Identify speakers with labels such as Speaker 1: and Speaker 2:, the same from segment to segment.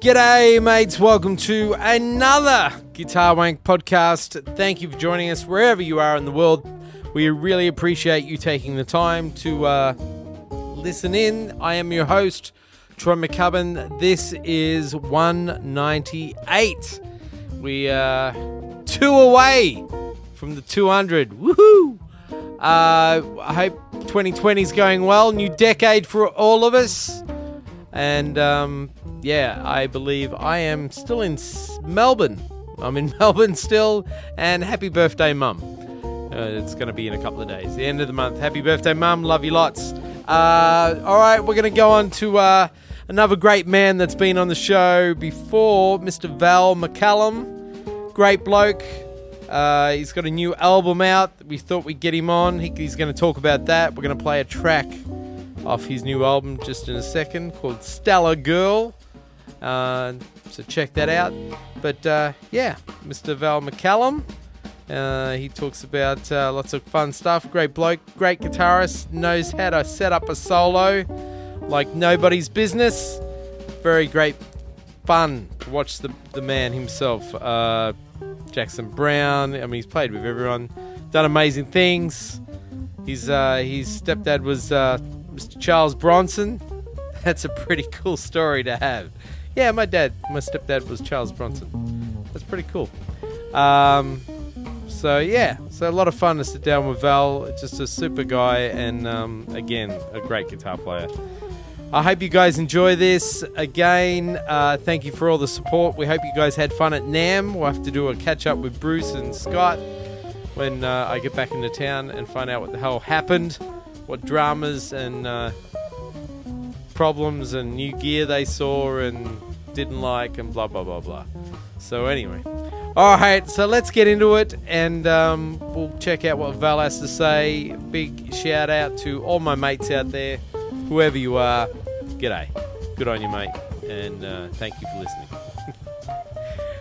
Speaker 1: G'day, mates. Welcome to another Guitar Wank podcast. Thank you for joining us wherever you are in the world. We really appreciate you taking the time to uh, listen in. I am your host, Troy McCubbin. This is 198. We are two away from the 200. Woohoo! Uh, I hope 2020 is going well. New decade for all of us. And um, yeah, I believe I am still in S- Melbourne. I'm in Melbourne still. And happy birthday, mum. Uh, it's going to be in a couple of days. The end of the month. Happy birthday, mum. Love you lots. Uh, all right, we're going to go on to uh, another great man that's been on the show before, Mr. Val McCallum. Great bloke. Uh, he's got a new album out. We thought we'd get him on. He, he's going to talk about that. We're going to play a track off his new album just in a second called Stellar Girl. Uh, so check that out. But uh, yeah, Mr. Val McCallum. Uh, he talks about uh, lots of fun stuff. Great bloke, great guitarist, knows how to set up a solo like nobody's business. Very great fun to watch the, the man himself, uh, Jackson Brown. I mean, he's played with everyone, done amazing things. His uh, his stepdad was uh, Mr. Charles Bronson. That's a pretty cool story to have. Yeah, my dad, my stepdad was Charles Bronson. That's pretty cool. Um, so yeah, so a lot of fun to sit down with Val. Just a super guy, and um, again, a great guitar player. I hope you guys enjoy this. Again, uh, thank you for all the support. We hope you guys had fun at NAM. We'll have to do a catch up with Bruce and Scott when uh, I get back into town and find out what the hell happened, what dramas and uh, problems and new gear they saw and didn't like, and blah blah blah blah. So anyway, all right, so let's get into it, and um, we'll check out what Val has to say. Big shout out to all my mates out there, whoever you are. G'day, good on you, mate, and uh, thank you for listening.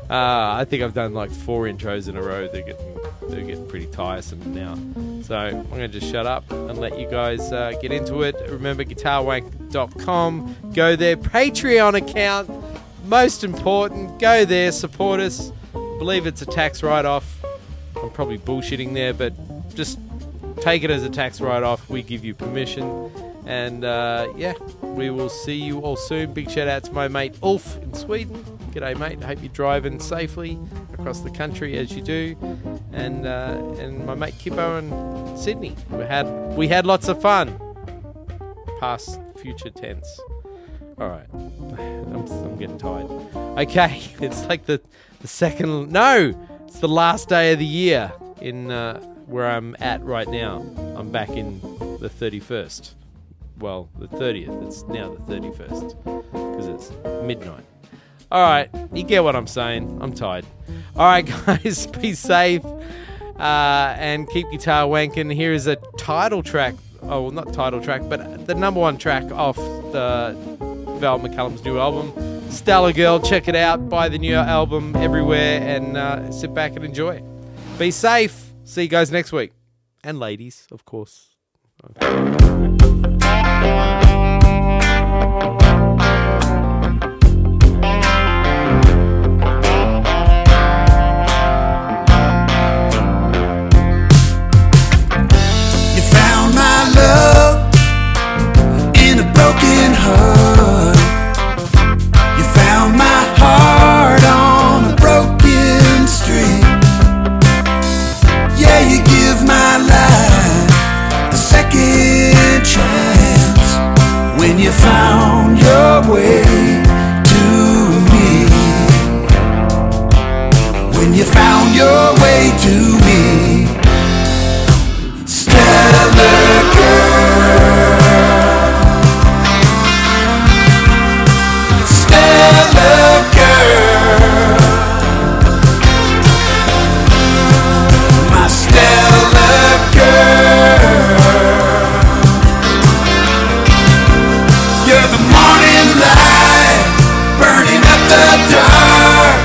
Speaker 1: Uh, I think I've done like four intros in a row. They're getting they're getting pretty tiresome now. So I'm gonna just shut up and let you guys uh, get into it. Remember guitarwank.com. Go there, Patreon account. Most important, go there, support us. Believe it's a tax write-off. I'm probably bullshitting there, but just take it as a tax write-off. We give you permission, and uh, yeah, we will see you all soon. Big shout out to my mate Ulf in Sweden. G'day, mate. I hope you're driving safely across the country as you do, and uh, and my mate Kippo in Sydney. We had we had lots of fun. Past future tense. All right, I'm, I'm getting tired. Okay, it's like the the second. No, it's the last day of the year in uh, where I'm at right now. I'm back in the 31st. Well, the 30th. It's now the 31st because it's midnight. All right, you get what I'm saying. I'm tired. All right, guys, be safe uh, and keep guitar wanking. Here is a title track. Oh, well, not title track, but the number one track off the Val McCallum's new album, Stellar Girl. Check it out. Buy the new album everywhere and uh, sit back and enjoy. Be safe. See you guys next week. And ladies, of course.
Speaker 2: You found my love in a broken heart. You found my heart on a broken street. Yeah, you give my life a second chance when you found your way to me. When you found your way to me. Stellar girl. Stellar girl. My stellar girl. You're the morning light burning up the dark.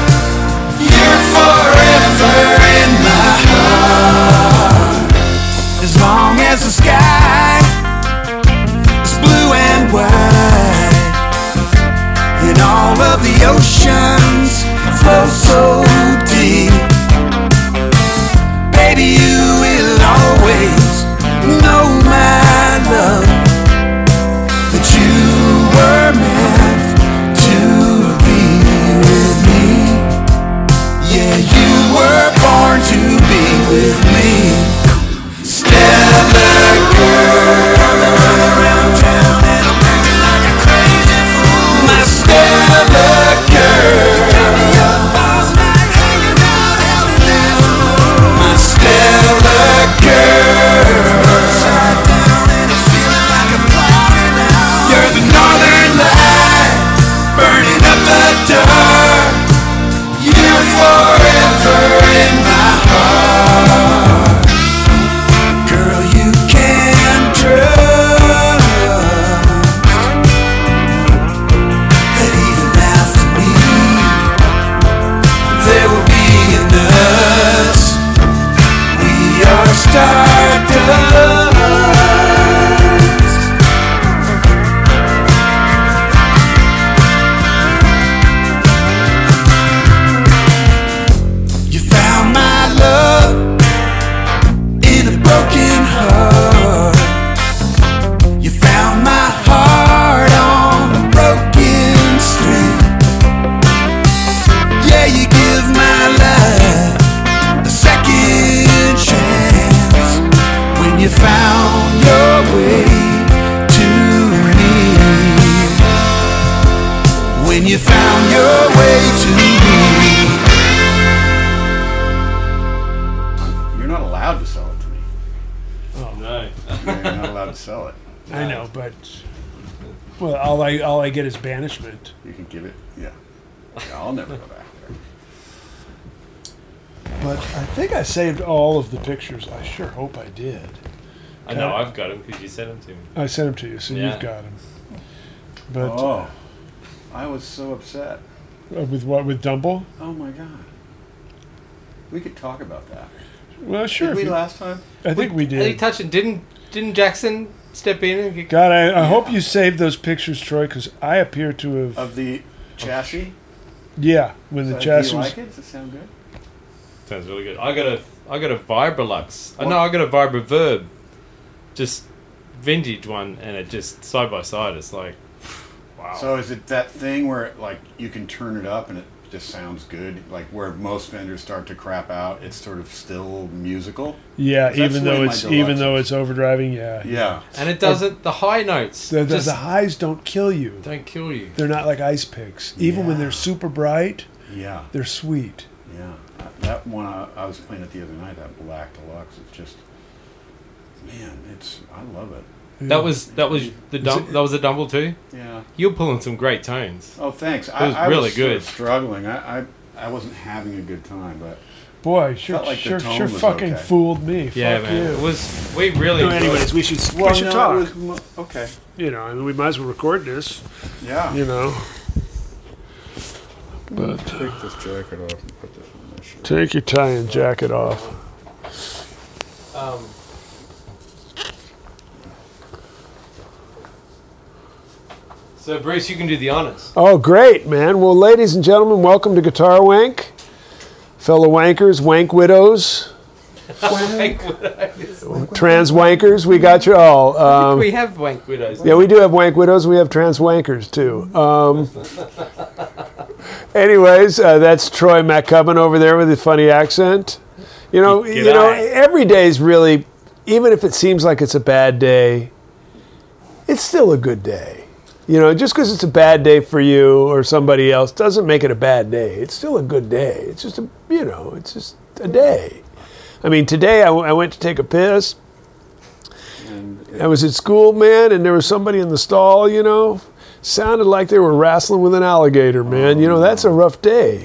Speaker 2: You're forever in my heart. of the oceans flow so deep. Baby, you will always know my love that you were meant to be with me. Yeah, you were born to be with me. Stellar girl. My stellar girl. My stellar girl. You're the northern light, burning up the dark. You're forever in my heart. Girl, you can trust that even after me, there will be an us. We are stardust. You found my love in a broken heart. You found my heart on a broken street. Yeah, you give my life a second chance when you found your way to me. When you found your way to me.
Speaker 3: You're not allowed to sell it to me.
Speaker 4: Oh, No.
Speaker 3: You're not allowed to sell it.
Speaker 4: I know, but well, all I all I get is banishment.
Speaker 3: You can give it. Yeah. Yeah, I'll never go back there.
Speaker 4: But I think I saved all of the pictures. I sure hope I did.
Speaker 1: I know I've got him because you sent him to me.
Speaker 4: I sent them to you, so
Speaker 1: Yeah.
Speaker 4: you've got them. But
Speaker 3: Oh, I was so upset.
Speaker 4: uh, with what with Dumble?
Speaker 3: Oh my god. We could talk about that.
Speaker 4: Well, sure.
Speaker 3: Did we
Speaker 4: if you-
Speaker 3: last time?
Speaker 4: I think we
Speaker 5: Any
Speaker 4: did.
Speaker 5: touching? Didn't didn't Jackson step in and get?
Speaker 4: God, I, I hope you saved those pictures, Troy, because I appear to have.
Speaker 3: Of the chassis?
Speaker 4: yeah, when Oh, the
Speaker 3: Uh,
Speaker 4: chassis
Speaker 3: Do you
Speaker 4: was.
Speaker 3: like it? Does it sound good?
Speaker 1: Sounds really good. I got a I got a Vibralux. I know I got a Vibraverb, just vintage one, and it just side by side. It's like wow.
Speaker 3: So is it that thing where like you can turn it up and it just sounds good? Like where most vendors start to crap out, it's sort of still musical?
Speaker 4: Yeah,
Speaker 3: That's
Speaker 4: even
Speaker 3: the way
Speaker 4: though
Speaker 3: my
Speaker 4: it's even
Speaker 3: deluxe
Speaker 4: though
Speaker 3: is.
Speaker 4: it's overdriving. Yeah,
Speaker 3: Yeah.
Speaker 5: And it doesn't. The high notes.
Speaker 4: Oh. The, the,
Speaker 5: just
Speaker 4: the highs don't kill you.
Speaker 1: don't kill you.
Speaker 4: They're not like ice picks. Even when they're super bright,
Speaker 3: Yeah.
Speaker 4: they're sweet.
Speaker 3: Yeah, that one I, I was playing it the other night. That black deluxe. It's just, man, it's I love it.
Speaker 1: That was that was the dum- that was a Dumble too.
Speaker 3: Yeah.
Speaker 1: You're pulling some great tones.
Speaker 3: Oh, thanks.
Speaker 1: was
Speaker 3: I, I
Speaker 1: really
Speaker 3: was sort of
Speaker 1: good.
Speaker 3: struggling. I, I I wasn't having a good time, but
Speaker 4: Boy, sure,
Speaker 3: Felt like the
Speaker 4: sure,
Speaker 3: tone
Speaker 4: sure,
Speaker 3: was
Speaker 4: fucking
Speaker 3: okay.
Speaker 4: fooled me.
Speaker 1: Yeah,
Speaker 4: Fuck
Speaker 1: man.
Speaker 4: you.
Speaker 1: It was we really. enjoyed it.
Speaker 4: we should
Speaker 3: Well, no, it was mo- okay.
Speaker 4: You know, I mean, we might as well record this.
Speaker 3: Yeah.
Speaker 4: You know, uh,
Speaker 3: Take this jacket off and put this on my shirt.
Speaker 4: take your tie and jacket off.
Speaker 5: um,
Speaker 1: So Bruce, you can do the honors.
Speaker 4: Oh, great, man. Well, ladies and gentlemen, welcome to Guitar Wank, fellow wankers, wank widows, trans wankers. We got you all. Um,
Speaker 5: we have wank.
Speaker 1: Widows.
Speaker 4: Yeah, we do have wank widows. We have trans wankers too. Um, anyways, uh, that's Troy McCubbin over there with the funny accent. You know, you know,
Speaker 1: G'day.
Speaker 4: every day is really, even if it seems like it's a bad day, it's still a good day. You know, just because it's a bad day for you or somebody else doesn't make it a bad day. It's still a good day. It's just a, you know, it's just a day. I mean, today I, w- I went to take a piss.
Speaker 3: And
Speaker 4: I was at school, man, and there was somebody in the stall, you know. Sounded like they were wrestling with an alligator, man. You know, that's a rough day.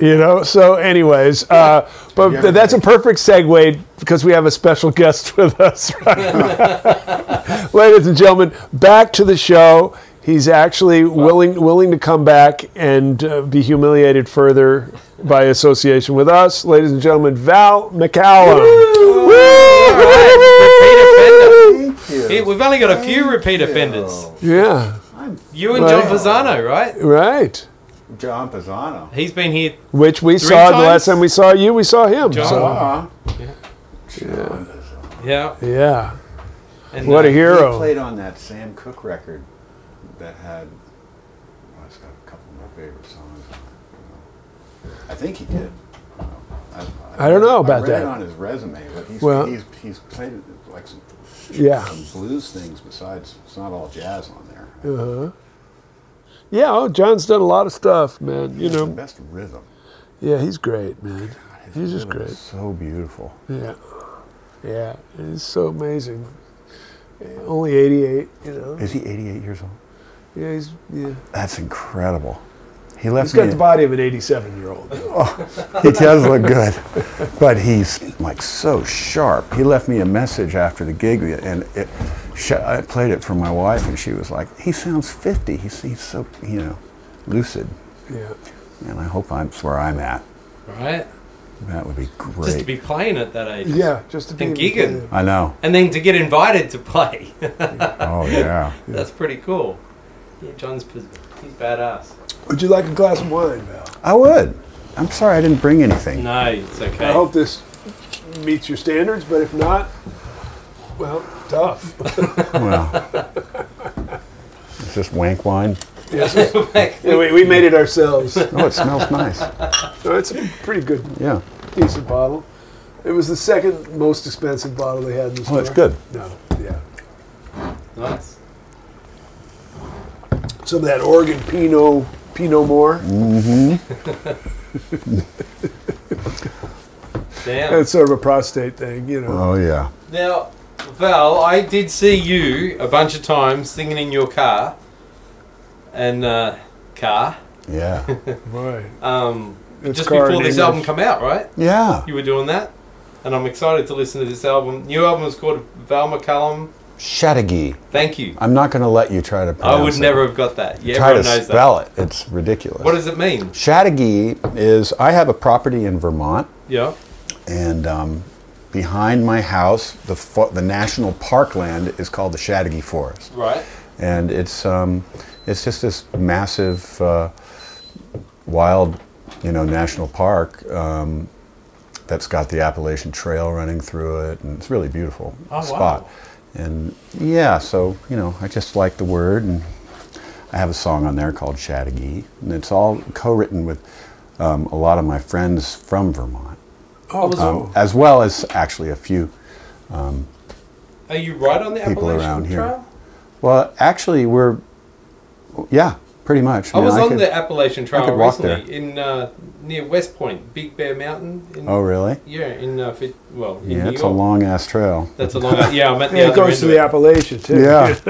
Speaker 4: you know, so, anyways, uh, but
Speaker 3: Yeah.
Speaker 4: th- that's a perfect segue because we have a special guest with us. Right now. Ladies and gentlemen, back to the show. He's actually willing willing to come back and uh, be humiliated further by association with us. Ladies and gentlemen, Val McCallum. Woo!
Speaker 5: Repeat offender.
Speaker 3: thank you.
Speaker 1: Yeah, we've only got a few repeat offenders.
Speaker 4: Yeah,
Speaker 1: You and
Speaker 4: Right.
Speaker 1: John Pisano, right?
Speaker 4: right.
Speaker 3: John Pisano.
Speaker 1: He's been here.
Speaker 4: Which we
Speaker 1: Three
Speaker 4: saw the last
Speaker 1: times?
Speaker 4: time we saw you, we saw him.
Speaker 1: John.
Speaker 4: so,
Speaker 3: Ah,
Speaker 1: Yeah.
Speaker 4: yeah,
Speaker 1: And,
Speaker 4: what a
Speaker 1: uh,
Speaker 3: He
Speaker 4: hero.
Speaker 3: played on that Sam Cooke record that had. Well, it's got a couple of my favorite songs on it. I think he did. I,
Speaker 4: I don't know about
Speaker 3: read
Speaker 4: that.
Speaker 3: It on his resume, but he's
Speaker 4: Well-
Speaker 3: he's, he's played like some,
Speaker 4: Yeah,
Speaker 3: some blues things besides. It's not all jazz on there.
Speaker 4: yeah. Oh, John's done a lot of stuff, man. You
Speaker 3: It's the
Speaker 4: know,
Speaker 3: best rhythm.
Speaker 4: yeah, he's great, man. He's just
Speaker 3: Rhythm is
Speaker 4: great.
Speaker 3: So beautiful.
Speaker 4: Yeah, yeah. It's so amazing. Only 88, you know.
Speaker 3: Is he 88 years old?
Speaker 4: Yeah, he's yeah.
Speaker 3: That's incredible. He left
Speaker 4: He's got
Speaker 3: me.
Speaker 4: the body of an 87 year old.
Speaker 3: he does look good, but he's like so sharp. He left me a message after the gig, and it, sh I played it for my wife, and she was like, "He sounds 50. He's, he's so you know, lucid."
Speaker 4: Yeah,
Speaker 3: And I hope I'm that's where I'm at.
Speaker 1: Right?
Speaker 3: That would be great.
Speaker 1: Just to be playing at that age.
Speaker 4: yeah. Just to be
Speaker 1: And Gigan.
Speaker 3: I know.
Speaker 1: And then to get invited to play.
Speaker 3: Oh yeah.
Speaker 1: That's pretty cool. Yeah, John's pis- he's badass.
Speaker 4: Would you like a glass of wine, Val?
Speaker 3: I would. I'm sorry I didn't bring anything.
Speaker 1: No, it's okay.
Speaker 4: I hope this meets your standards, but if not, well, tough.
Speaker 3: Well, it's just wank wine.
Speaker 4: Yeah, we, we made it ourselves.
Speaker 3: Oh, it smells nice.
Speaker 4: So it's a pretty good,
Speaker 3: Yeah.
Speaker 4: decent bottle. It was the second most expensive bottle they had in the store.
Speaker 3: Oh, it's good.
Speaker 4: No, yeah.
Speaker 1: nice.
Speaker 4: Some of that Oregon Pinot, Pinot Noir.
Speaker 3: Mm.
Speaker 1: Damn.
Speaker 4: It's sort of a prostate thing, you know.
Speaker 3: Oh yeah.
Speaker 1: Now, Val, I did see you a bunch of times singing in your car. And, uh, car.
Speaker 3: Yeah.
Speaker 4: Right.
Speaker 1: Um,
Speaker 4: It's
Speaker 1: just
Speaker 4: car
Speaker 1: before
Speaker 4: in
Speaker 1: this
Speaker 4: English.
Speaker 1: album come out, right?
Speaker 3: Yeah.
Speaker 1: You were doing that. And I'm excited to listen to this album. New album is called Val McCallum.
Speaker 3: Shatagee.
Speaker 1: Thank you.
Speaker 3: I'm not going to let you try to pronounce
Speaker 1: I would
Speaker 3: it.
Speaker 1: never have got that. Yeah,
Speaker 3: try to
Speaker 1: everyone knows that.
Speaker 3: spell it. It's ridiculous.
Speaker 1: What does it mean?
Speaker 3: Chattagee is I have a property in Vermont,
Speaker 1: Yeah.
Speaker 3: and um, behind my house, the fo- the national parkland is called the Chattagee Forest,
Speaker 1: Right.
Speaker 3: and it's um, it's just this massive uh, wild, you know, national park. Um, that's got the Appalachian Trail running through it, and it's a really beautiful
Speaker 1: Oh, wow.
Speaker 3: spot. And yeah, so you know, I just like the word, and I have a song on there called Chattagee, and it's all co-written with um, a lot of my friends from Vermont,
Speaker 1: Oh, was,
Speaker 3: um, as well as actually a few.
Speaker 1: are you right on the
Speaker 3: people
Speaker 1: Appalachian
Speaker 3: around here.
Speaker 1: Trail?
Speaker 3: Well, actually, we're yeah, pretty much.
Speaker 1: I was
Speaker 3: mean,
Speaker 1: on
Speaker 3: could-
Speaker 1: the Appalachian Trail
Speaker 3: could walk
Speaker 1: recently in uh, near West Point, Big Bear Mountain. In,
Speaker 3: Oh, really?
Speaker 1: Yeah, in uh, Fit, well, in
Speaker 3: Yeah,
Speaker 1: New
Speaker 3: it's a
Speaker 1: York.
Speaker 3: long ass trail.
Speaker 1: That's a long. Yeah, I'm at the
Speaker 4: Yeah, it
Speaker 1: other
Speaker 4: goes to
Speaker 1: end
Speaker 4: the
Speaker 1: of
Speaker 4: Appalachian, too.
Speaker 3: Yeah,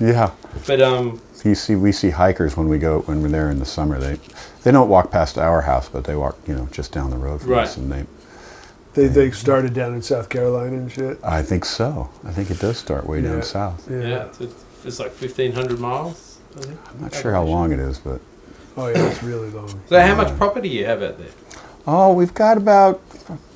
Speaker 3: yeah.
Speaker 1: it. But um,
Speaker 3: You see, we see hikers when we go when we're there in the summer. They they don't walk past our house, but they walk you know just down the road from
Speaker 1: Right.
Speaker 3: us, and they.
Speaker 4: They, they started down in South Carolina and shit.
Speaker 3: I think so. I think it does start way
Speaker 4: Yeah.
Speaker 3: down south.
Speaker 1: yeah, it's, it's like 1,500 miles. I think.
Speaker 3: I'm not sure how long it is, but
Speaker 4: Oh, yeah, it's really long.
Speaker 1: So how much property you have out there?
Speaker 3: oh, we've got about.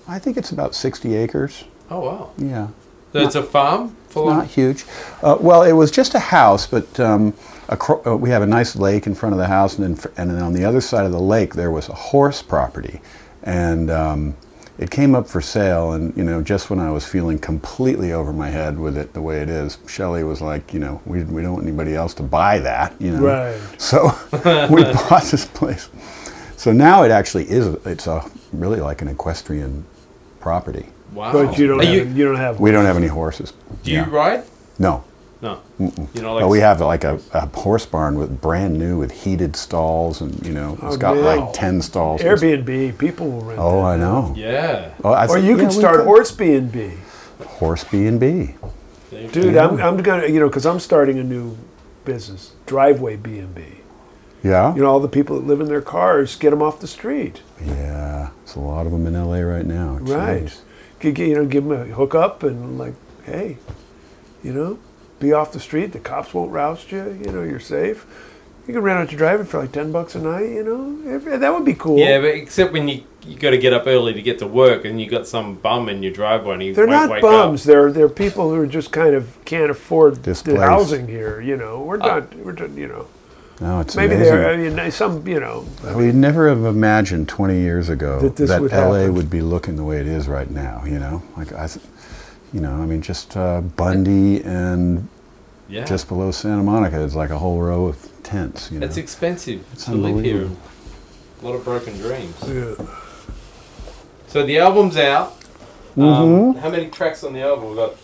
Speaker 3: I think it's about 60 acres.
Speaker 1: Oh wow!
Speaker 3: Yeah,
Speaker 1: So it's a farm full.
Speaker 3: not
Speaker 1: Of,
Speaker 3: huge. Uh, well, it was just a house, but um, acro- uh, we have a nice lake in front of the house, and then fr- and then on the other side of the lake there was a horse property, and um, it came up for sale. And you know, just when I was feeling completely over my head with it the way it is, Shelley was like, you know, we we don't want anybody else to buy that, you know.
Speaker 4: Right.
Speaker 3: So we bought this place. So now it actually is. It's a really like an equestrian property.
Speaker 1: wow.
Speaker 4: But you don't,
Speaker 1: Are
Speaker 4: have,
Speaker 1: you,
Speaker 4: you, don't have
Speaker 3: We don't have any horses.
Speaker 1: do you
Speaker 3: Yeah.
Speaker 1: ride?
Speaker 3: No.
Speaker 1: No. You know, like
Speaker 3: Well, we have like a, a horse barn with brand new with heated stalls, and you know it's
Speaker 4: Oh,
Speaker 3: got
Speaker 4: man.
Speaker 3: like ten stalls.
Speaker 4: Airbnb. People will rent
Speaker 3: Oh,
Speaker 4: that.
Speaker 3: I know.
Speaker 1: Yeah.
Speaker 3: Oh, I
Speaker 4: Or
Speaker 3: th-
Speaker 4: you
Speaker 3: yeah,
Speaker 4: can
Speaker 3: we
Speaker 4: start
Speaker 3: could.
Speaker 4: horse B&B.
Speaker 3: horse B and B.
Speaker 4: Dude, I'm, I'm gonna, you know, because I'm starting a new business, driveway B and B.
Speaker 3: Yeah.
Speaker 4: You know, all the people that live in their cars get them off the street,
Speaker 3: yeah. It's a lot of them in L.A. right now.
Speaker 4: right?
Speaker 3: Jeez.
Speaker 4: You, get- you know, give them a hook up and like, hey, you know, be off the street. The cops won't roust you. You know, you're safe. You can rent out your driver for like ten bucks a night. You know, If- that would be cool.
Speaker 1: Yeah, but except when you you got to get up early to get to work, and you got some bum in your driveway, and he
Speaker 4: They're
Speaker 1: won't
Speaker 4: not
Speaker 1: wake
Speaker 4: bums.
Speaker 1: up.
Speaker 4: They're they're people who are just kind of can't afford the
Speaker 3: Displaced.
Speaker 4: housing here. You know, we're
Speaker 1: Uh,
Speaker 4: not. We're just, you know,
Speaker 3: No, it's
Speaker 4: maybe
Speaker 3: amazing.
Speaker 4: they're. I mean, some. You know,
Speaker 3: We never have imagined 20 years ago
Speaker 4: That
Speaker 3: that,
Speaker 4: this would
Speaker 3: LA
Speaker 4: happen.
Speaker 3: would be looking the way it is right now. You know, like I, th- you know, I mean, just uh, Bundy and
Speaker 1: Yeah,
Speaker 3: just below Santa Monica is like a whole row of tents. You know,
Speaker 1: it's expensive
Speaker 3: It's
Speaker 1: to live here.
Speaker 3: unbelievable.
Speaker 1: A lot of broken dreams.
Speaker 4: Yeah.
Speaker 1: So the album's out.
Speaker 3: Mm-hmm.
Speaker 1: Um, how many tracks on the album? We've got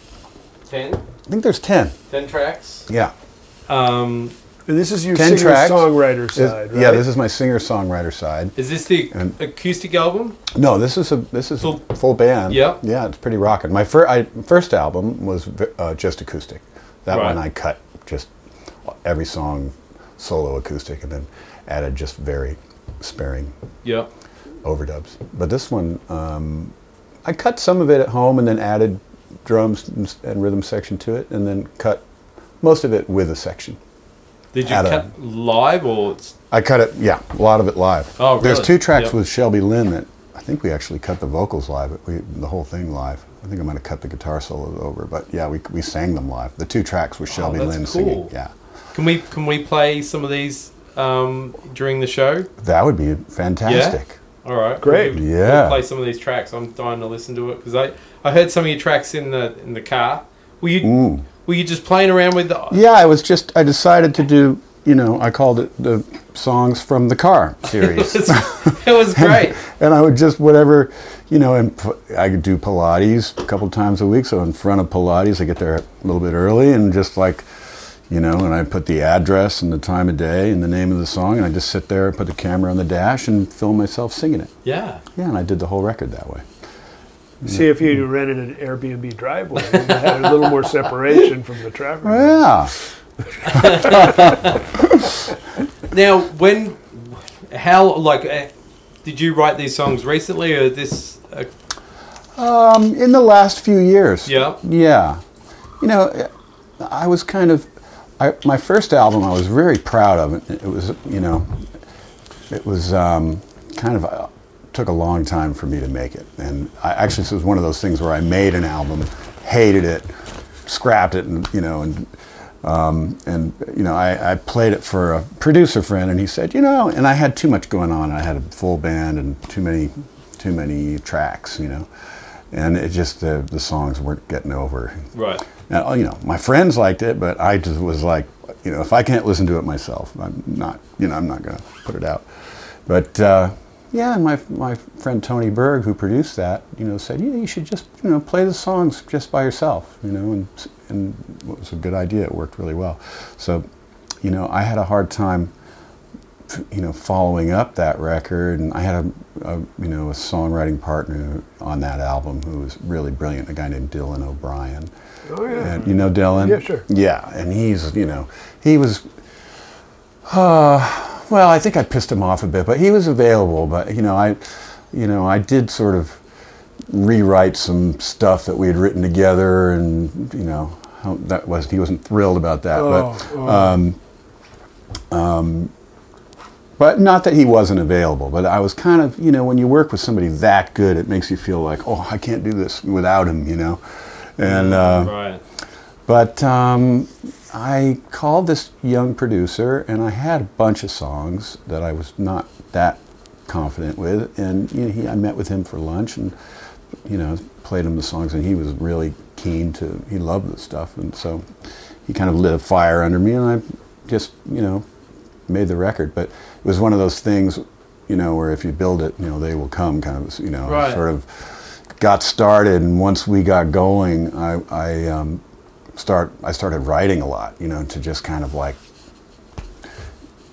Speaker 1: 10?
Speaker 3: I think there's 10.
Speaker 1: 10 tracks.
Speaker 3: Yeah,
Speaker 1: Um,
Speaker 4: And this is your
Speaker 3: Ten
Speaker 4: singer
Speaker 3: tracks.
Speaker 4: songwriter
Speaker 3: This-
Speaker 4: side, right?
Speaker 3: yeah. This is my singer-songwriter side.
Speaker 1: is this the
Speaker 3: And-
Speaker 1: acoustic album?
Speaker 3: No, this is a this is
Speaker 1: Full-
Speaker 3: a full band.
Speaker 1: Yeah.
Speaker 3: yeah, it's pretty rocking. My fir- I, first album was v- uh, just acoustic. That
Speaker 1: Right.
Speaker 3: one I cut just every song solo acoustic, and then added just very sparing
Speaker 1: Yeah.
Speaker 3: overdubs. But this one, um, I cut some of it at home, and then added drums and s- and rhythm section to it, and then cut most of it with a section.
Speaker 1: Did you
Speaker 3: Out of-
Speaker 1: cut live or it's
Speaker 3: I cut it, yeah, a lot of it live.
Speaker 1: Oh,
Speaker 3: There's
Speaker 1: really?
Speaker 3: two tracks
Speaker 1: Yep.
Speaker 3: with Shelby Lynn that I think we actually cut the vocals live, but we, the whole thing live. I think I might have cut the guitar solos over, but yeah, we, we sang them live. The two tracks with Shelby
Speaker 1: Oh, that's
Speaker 3: Lynn
Speaker 1: cool.
Speaker 3: singing. Yeah,
Speaker 1: Can we can we play some of these um, during the show?
Speaker 3: that would be fantastic.
Speaker 1: All right,
Speaker 4: Great.
Speaker 1: We'll-
Speaker 3: Yeah.
Speaker 1: we'll play some of these tracks. I'm dying to listen to it because I, I heard some of your tracks in the in the car. Were you were you just playing around with the?
Speaker 3: Yeah, I was just I decided to do you know I called it the songs from the car series.
Speaker 1: it was great.
Speaker 3: and I would just whatever, you know, and p- I could do Pilates a couple times a week. So in front of Pilates, I get there a little bit early and just like, you know, and I put the address and the time of day and the name of the song, and I just sit there and put the camera on the dash and film myself singing it.
Speaker 1: Yeah,
Speaker 3: Yeah, and I did the whole record that way.
Speaker 4: See if you rented an Airbnb driveway, you had a little more separation from the traffic.
Speaker 3: Yeah,
Speaker 1: Now, when, how, like, uh, did you write these songs recently, or this? Uh,
Speaker 3: um, in the last few years.
Speaker 1: Yeah.
Speaker 3: Yeah, you know, I was kind of, I, my first album, I was very proud of it. It was, you know, it was um, kind of uh, took a long time for me to make it, and I actually this was one of those things where I made an album, hated it, scrapped it, and you know, and um, and you know, I, I played it for a producer friend, and he said, you know, and I had too much going on. I had a full band and too many, too many tracks, you know, and it just the the songs weren't getting over.
Speaker 1: right.
Speaker 3: Now, oh, you know, my friends liked it, but I just was like, you know, if I can't listen to it myself, I'm not, you know, I'm not going to put it out. But uh, yeah, and my my friend Tony Berg, who produced that, you know, said, yeah, you should just, you know, play the songs just by yourself, you know, and and it was a good idea. It worked really well. So, you know, I had a hard time you know, following up that record, and I had a, a you know a songwriting partner on that album who was really brilliant, a guy named Dylan O'Brien.
Speaker 4: Oh, yeah.
Speaker 3: And, you know Dylan?
Speaker 4: Yeah, sure.
Speaker 3: Yeah, and he's you know he was. Uh, well, I think I pissed him off a bit, but he was available. But you know, I, you know, I did sort of rewrite some stuff that we had written together, and you know, how- that was he wasn't thrilled about that,
Speaker 4: Oh,
Speaker 3: but. uh,
Speaker 4: oh.
Speaker 3: But not that he wasn't available, but I was kind of, you know, when you work with somebody that good, it makes you feel like, oh, I can't do this without him, you know? And, uh,
Speaker 1: right.
Speaker 3: but um, I called this young producer and I had a bunch of songs that I was not that confident with. And, you know, he, I met with him for lunch and, you know, played him the songs and he was really keen to, he loved the stuff. And so he kind of lit a fire under me and I just, you know, made the record, but it was one of those things, you know, where if you build it, you know, they will come. Kind of, you know,
Speaker 1: Right.
Speaker 3: sort of got started, and once we got going, I, I um, start, I started writing a lot, you know, to just kind of like,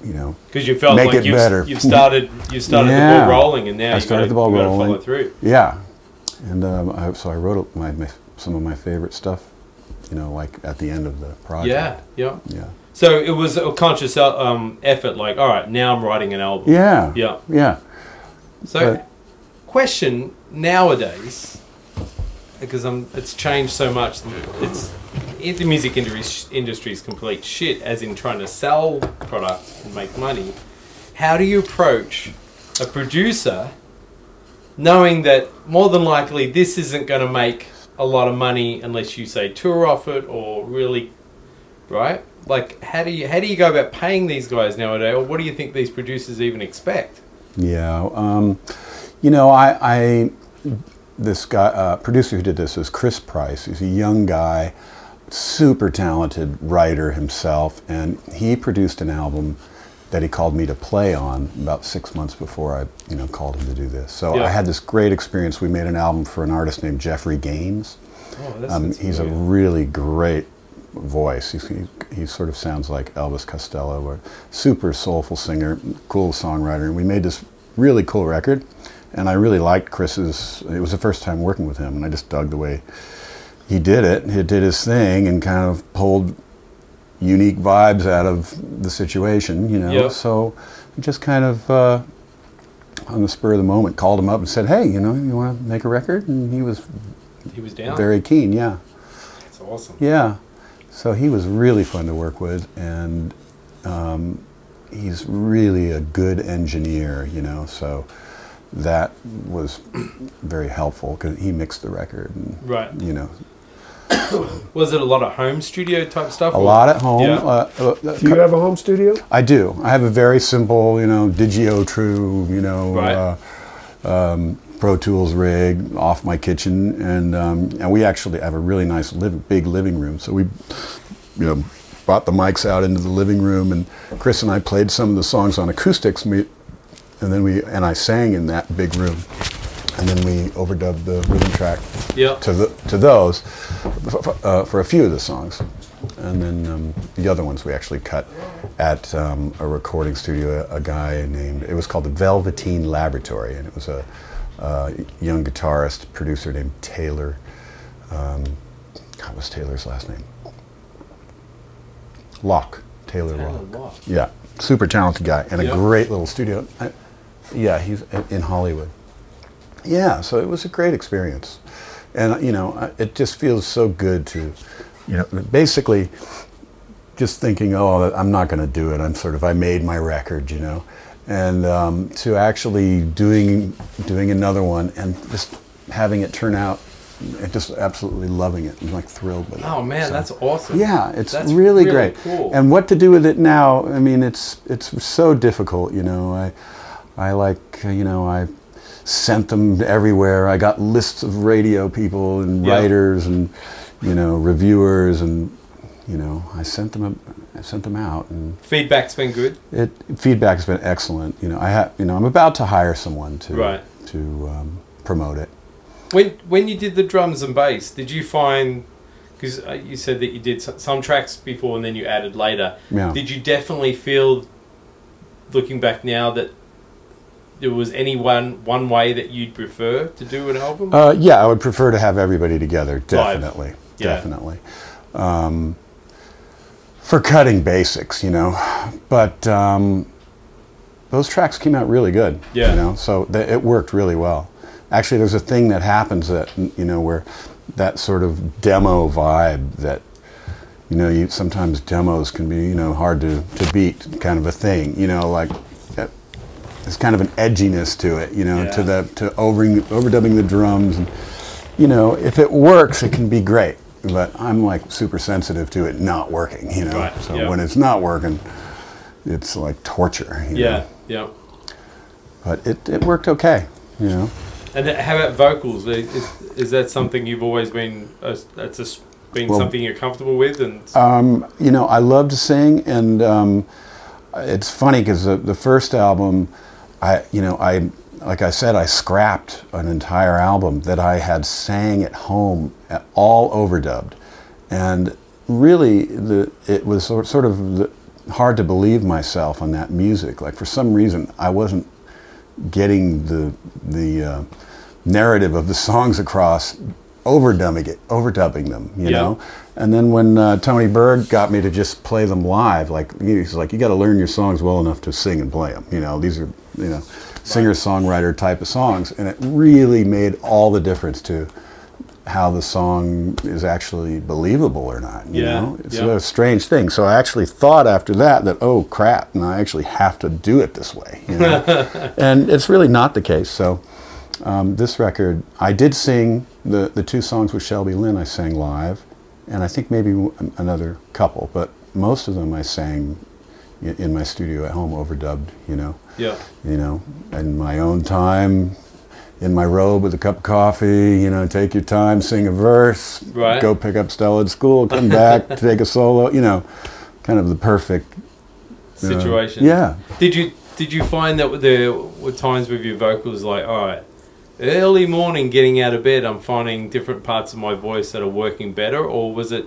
Speaker 3: you know,
Speaker 1: Because you felt
Speaker 3: Make
Speaker 1: like
Speaker 3: it
Speaker 1: you've,
Speaker 3: better.
Speaker 1: you've started you started the
Speaker 3: Yeah.
Speaker 1: ball rolling, and now
Speaker 3: I
Speaker 1: you
Speaker 3: started
Speaker 1: gotta,
Speaker 3: the ball
Speaker 1: you gotta
Speaker 3: rolling.
Speaker 1: Follow through.
Speaker 3: Yeah, and um, I, so I wrote my, my some of my favorite stuff, you know, like at the end of the
Speaker 1: Yeah,
Speaker 3: project.
Speaker 1: yeah.
Speaker 3: Yeah.
Speaker 1: So it was a conscious uh, um, effort. Like, all right, now I'm writing an album.
Speaker 3: Yeah.
Speaker 1: Yeah.
Speaker 3: Yeah.
Speaker 1: So,
Speaker 3: But-
Speaker 1: question nowadays, because i it's changed so much. It's it, the music industry industry is complete shit, as in trying to sell products and make money. How do you approach a producer knowing that more than likely this isn't going to make a lot of money unless you say tour off it or really, right? Like, how do you how do you go about paying these guys nowadays, or what do you think these producers even expect?
Speaker 3: Yeah. Um, you know, I, I this guy uh, producer who did this is Chris Price. He's a young guy, super talented writer himself, and he produced an album that he called me to play on about six months before I, you know, called him to do this. So
Speaker 1: Yeah.
Speaker 3: I had this great experience. We made an album for an artist named Jeffrey Gaines.
Speaker 1: Oh, that's,
Speaker 3: Um, he's a really great voice. He's, he, he sort of sounds like Elvis Costello, or super soulful singer, cool songwriter. And we made this really cool record, and I really liked Chris's. It was the first time working with him, and I just dug the way he did it. He did his thing and kind of pulled unique vibes out of the situation, you know.
Speaker 1: Yep.
Speaker 3: So I just kind of. Uh, on the spur of the moment, called him up and said, "Hey, you know, you want to make a record?" And he was
Speaker 1: he was down.
Speaker 3: very keen. Yeah,
Speaker 1: that's awesome.
Speaker 3: yeah. So he was really fun to work with, and um, he's really a good engineer, you know. So that was very helpful because he mixed the record, and,
Speaker 1: Right.
Speaker 3: You know,
Speaker 1: Was it a lot of home studio type stuff?
Speaker 3: a lot at home.
Speaker 1: Yeah.
Speaker 3: Uh, uh, uh,
Speaker 4: Do you have a home studio?
Speaker 3: I do. I have a very simple, you know, Digio True, you know,
Speaker 1: Right.
Speaker 3: uh, um, Pro Tools rig off my kitchen, and um, and we actually have a really nice liv- big living room. So we, you know, brought the mics out into the living room, and Chris and I played some of the songs on acoustics, and, we, and then we and I sang in that big room, and then we overdubbed the rhythm track
Speaker 1: Yep.
Speaker 3: to the, to those f- f- uh, for a few of the songs, and then um, the other ones we actually cut at um, a recording studio. A, a guy named it was called the Velveteen Laboratory, and it was a uh, young guitarist producer named Taylor. Um, God, what was Taylor's last name? Locke. Taylor,
Speaker 1: Taylor
Speaker 3: Locke.
Speaker 1: Locke.
Speaker 3: Yeah, super talented guy and
Speaker 1: Yeah.
Speaker 3: a great little studio. I, yeah, he's in- in Hollywood. Yeah, so it was a great experience, and you know, I- it just feels so good to, you know, basically, just thinking, oh, I'm not going to do it. I'm sort of, I made my record, you know, and um, to actually doing doing another one and just having it turn out, and just absolutely loving it. I'm like thrilled with it.
Speaker 1: Oh man,
Speaker 3: So-
Speaker 1: that's awesome.
Speaker 3: yeah, it's
Speaker 1: That's
Speaker 3: really, great.
Speaker 1: Cool.
Speaker 3: And what to do with it now? I mean, it's it's so difficult. You know, I I like uh, you know I sent them everywhere. I got lists of radio people and
Speaker 1: Yeah.
Speaker 3: writers and you know reviewers and you know I sent them a, I sent them out and
Speaker 1: feedback's been good.
Speaker 3: it feedback has been excellent. You know, I have you know I'm about to hire someone to
Speaker 1: Right.
Speaker 3: to um, promote it.
Speaker 1: When when you did the drums and bass, did you find because you said that you did s- some tracks before and then you added later?
Speaker 3: Yeah.
Speaker 1: Did you definitely feel, looking back now, that there was any one one way that you'd prefer to do an album?
Speaker 3: Uh, yeah, I would prefer to have everybody together. Definitely,
Speaker 1: Yeah.
Speaker 3: definitely. Um, for cutting basics, you know, but um, those tracks came out really good.
Speaker 1: Yeah.
Speaker 3: You know, so th- it worked really well. Actually, there's a thing that happens that you know where that sort of demo vibe that you know you sometimes demos can be you know hard to, to beat kind of a thing you know like that- there's kind of an edginess to it you know to
Speaker 1: Yeah.
Speaker 3: the to overing overdubbing the drums and you know if it works it can be great but i'm like super sensitive to it not working you know
Speaker 1: Right,
Speaker 3: so
Speaker 1: yeah.
Speaker 3: when it's not working it's like torture you know?
Speaker 1: yeah, yeah.
Speaker 3: but it, it worked okay you know
Speaker 1: And how about vocals? Is, is that something you've always been? Uh, that's just been
Speaker 3: Well- uh,
Speaker 1: something you're comfortable with, and
Speaker 3: Um, you know, I love to sing, and um, it's funny because the, the first album, I, you know, I, like I said, I scrapped an entire album that I had sang at home, uh, all overdubbed, and really, the it was sor- sort of the, hard to believe myself on that music. Like for some reason, I wasn't getting the the uh, narrative of the songs across, overdubbing it, overdubbing them, you
Speaker 1: Yeah.
Speaker 3: know. And then when uh, Tony Berg got me to just play them live, like he's like, you got to learn your songs well enough to sing and play them. You know, these are you know singer songwriter type of songs, and it really made all the difference to how the song is actually believable or not. You
Speaker 1: Yeah,
Speaker 3: know? it's
Speaker 1: yeah.
Speaker 3: a strange thing. So I actually thought after that that oh crap, and I actually have to do it this way. You know? and it's really not the case. So um, this record, I did sing the the two songs with Shelby Lynn. I sang live, and I think maybe w- an- another couple, but most of them I sang i- in my studio at home, overdubbed. You know
Speaker 1: Yeah.
Speaker 3: you know, in my own time, in my robe with a cup of coffee, you know, take your time, sing a verse,
Speaker 1: Right.
Speaker 3: go pick up Stella at school, come back, take a solo, you know, kind of the perfect. uh,
Speaker 1: Situation.
Speaker 3: yeah.
Speaker 1: Did you did you find that there were times with your vocals like all right, early morning getting out of bed, I'm finding different parts of my voice that are working better, or was it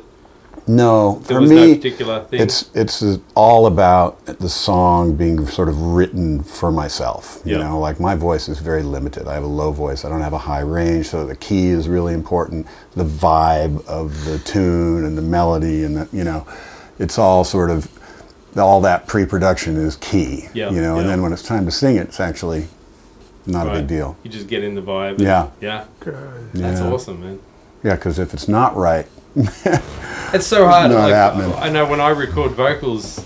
Speaker 3: No,
Speaker 1: there
Speaker 3: for
Speaker 1: was
Speaker 3: me,
Speaker 1: no particular thing?
Speaker 3: It's it's all about the song being sort of written for myself. You
Speaker 1: Yeah.
Speaker 3: know, like my voice is very limited. I have a low voice. I don't have a high range, so the key is really important. The vibe of the tune and the melody and the you know, it's all sort of all that pre-production is key.
Speaker 1: Yeah,
Speaker 3: You know, and
Speaker 1: yeah.
Speaker 3: then when it's time to sing it, it's actually not a
Speaker 1: Right.
Speaker 3: big deal.
Speaker 1: You just get in the vibe. and-
Speaker 3: Yeah.
Speaker 1: Yeah.
Speaker 4: God.
Speaker 1: That's
Speaker 3: Yeah.
Speaker 1: awesome, man.
Speaker 3: Yeah, because if it's not right,
Speaker 1: It's so hard.
Speaker 3: Not
Speaker 1: like,
Speaker 3: happening.
Speaker 1: I know when I record vocals,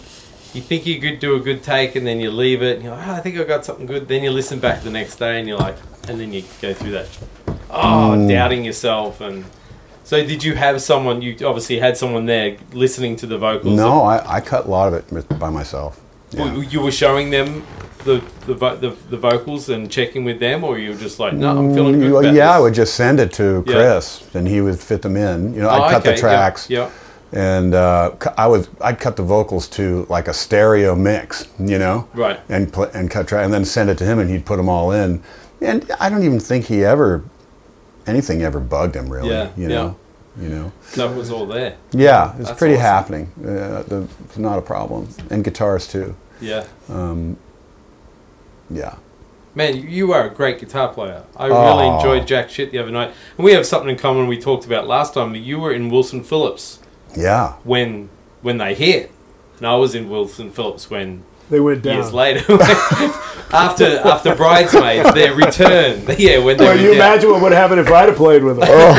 Speaker 1: you think you could do a good take and then you leave it and you're like, oh, I think I got something good. Then you listen back the next day and you're like, and then you go through that, oh,
Speaker 3: Mm.
Speaker 1: doubting yourself. And so, did you have someone, you obviously had someone there listening to the vocals?
Speaker 3: no, I, I cut a lot of it by myself.
Speaker 1: Well,
Speaker 3: Yeah.
Speaker 1: You were showing them. The, the, vo- the, the vocals and checking with them or you were just like no I'm feeling good
Speaker 3: Well,
Speaker 1: about
Speaker 3: Mm, yeah,
Speaker 1: this."
Speaker 3: I would just send it to
Speaker 1: Yeah.
Speaker 3: Chris, and he would fit them in. You know,
Speaker 1: Oh,
Speaker 3: I'd cut
Speaker 1: okay,
Speaker 3: the tracks,
Speaker 1: yeah, yeah.
Speaker 3: and uh, cu- I would I'd cut the vocals to like a stereo mix, you know,
Speaker 1: Right.
Speaker 3: And pl- and cut track, and then send it to him, and he'd put them all in. And I don't even think he ever anything ever bugged him really.
Speaker 1: Yeah,
Speaker 3: you
Speaker 1: yeah.
Speaker 3: know, you know.
Speaker 1: so it was all there
Speaker 3: Yeah, it's
Speaker 1: That's
Speaker 3: pretty
Speaker 1: awesome.
Speaker 3: happening. Uh, the, it's not a problem, and guitars too.
Speaker 1: yeah
Speaker 3: Yeah.
Speaker 1: Man, you are a great guitar player. I really
Speaker 3: Aw.
Speaker 1: enjoyed Jack Shit the other night. And we have something in common we talked about last time. But you were in Wilson Phillips
Speaker 3: Yeah,
Speaker 1: when when they hit. And I was in Wilson Phillips when
Speaker 4: They went down.
Speaker 1: years later after after Bridesmaids, their return. Yeah, when they
Speaker 4: Well,
Speaker 1: were
Speaker 4: you
Speaker 1: down.
Speaker 4: imagine what would happen if I'd have played with them.
Speaker 3: Oh,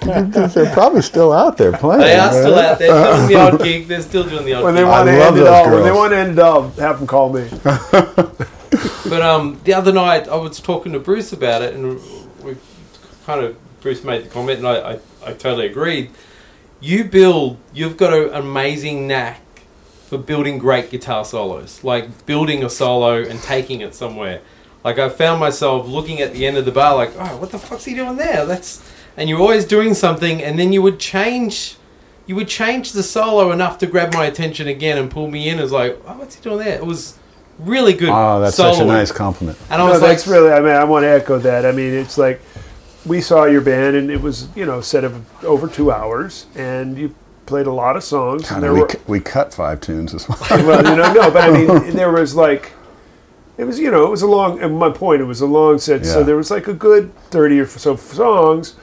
Speaker 3: well, they're probably still out there playing.
Speaker 1: They are still out there doing the odd gig. They're still doing the odd
Speaker 4: When
Speaker 1: gig.
Speaker 4: they want to
Speaker 3: love
Speaker 4: end it
Speaker 3: those
Speaker 4: all, when they
Speaker 3: girls.
Speaker 4: want to end it all, have them call me.
Speaker 1: But um, the other night I was talking to Bruce about it, and we kind of Bruce made the comment, and I, I, I totally agreed. You build, you've got an amazing knack for building great guitar solos, like building a solo and taking it somewhere. Like I found myself looking at the end of the bar, like, oh, what the fuck's he doing there? That's and you're always doing something, and then you would change. You would change the solo enough to grab my attention again and pull me in. It was like, oh, what's he doing there? It was really good.
Speaker 3: Oh, that's such a
Speaker 1: soloing.
Speaker 3: nice compliment.
Speaker 1: And I
Speaker 4: No,
Speaker 1: was like,
Speaker 4: that's really. I mean, I want to echo that. I mean, it's like we saw your band, and it was you know a set of over two hours, and you played a lot of songs. and
Speaker 3: Kinda,
Speaker 4: there
Speaker 3: we,
Speaker 4: were
Speaker 3: cu- we cut five tunes as well.
Speaker 4: well, you know, no, but I mean, there was like, it was, you know, it was a long, and my point, it was a long set. So
Speaker 3: Yeah.
Speaker 4: there was like a good 30 or so songs,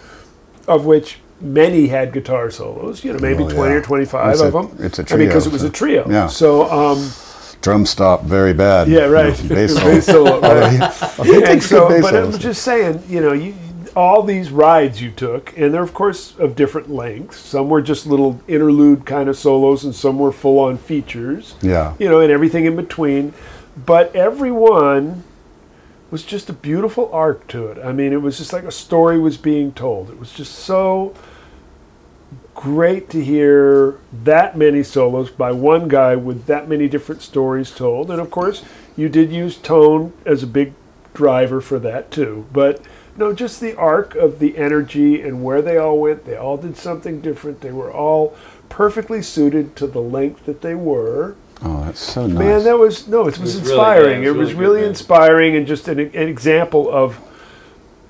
Speaker 4: of which many had guitar solos, you know, maybe
Speaker 3: Well,
Speaker 4: 20
Speaker 3: yeah.
Speaker 4: or 25
Speaker 3: It's a-
Speaker 4: of them.
Speaker 3: it's a
Speaker 4: I mean, because
Speaker 3: trio,
Speaker 4: it was a
Speaker 3: so-
Speaker 4: trio.
Speaker 3: yeah.
Speaker 4: So, um,
Speaker 3: Drum stop, very bad.
Speaker 4: yeah, right.
Speaker 3: Bass
Speaker 4: Bass
Speaker 3: solo.
Speaker 4: solo, right.
Speaker 3: Who
Speaker 4: And
Speaker 3: thinks
Speaker 4: so,
Speaker 3: good bass
Speaker 4: but I'm
Speaker 3: solos?
Speaker 4: just saying, you know, you, all these rides you took, and they're of course of different lengths. Some were just little interlude kind of solos, and some were full-on features.
Speaker 3: Yeah.
Speaker 4: you know, and everything in between. But everyone was just a beautiful arc to it. I mean, it was just like a story was being told. It was just so great to hear that many solos by one guy with that many different stories told. And of course, you did use tone as a big driver for that too. But no, just the arc of the energy and where they all went. They all did something different. They were all perfectly suited to the length that they were.
Speaker 3: Oh, that's so nice.
Speaker 4: Man, that was no, it was,
Speaker 1: was really-
Speaker 4: inspiring.
Speaker 1: yeah, it was really
Speaker 4: it was
Speaker 1: good,
Speaker 4: really,
Speaker 1: man.
Speaker 4: inspiring and just an, an example of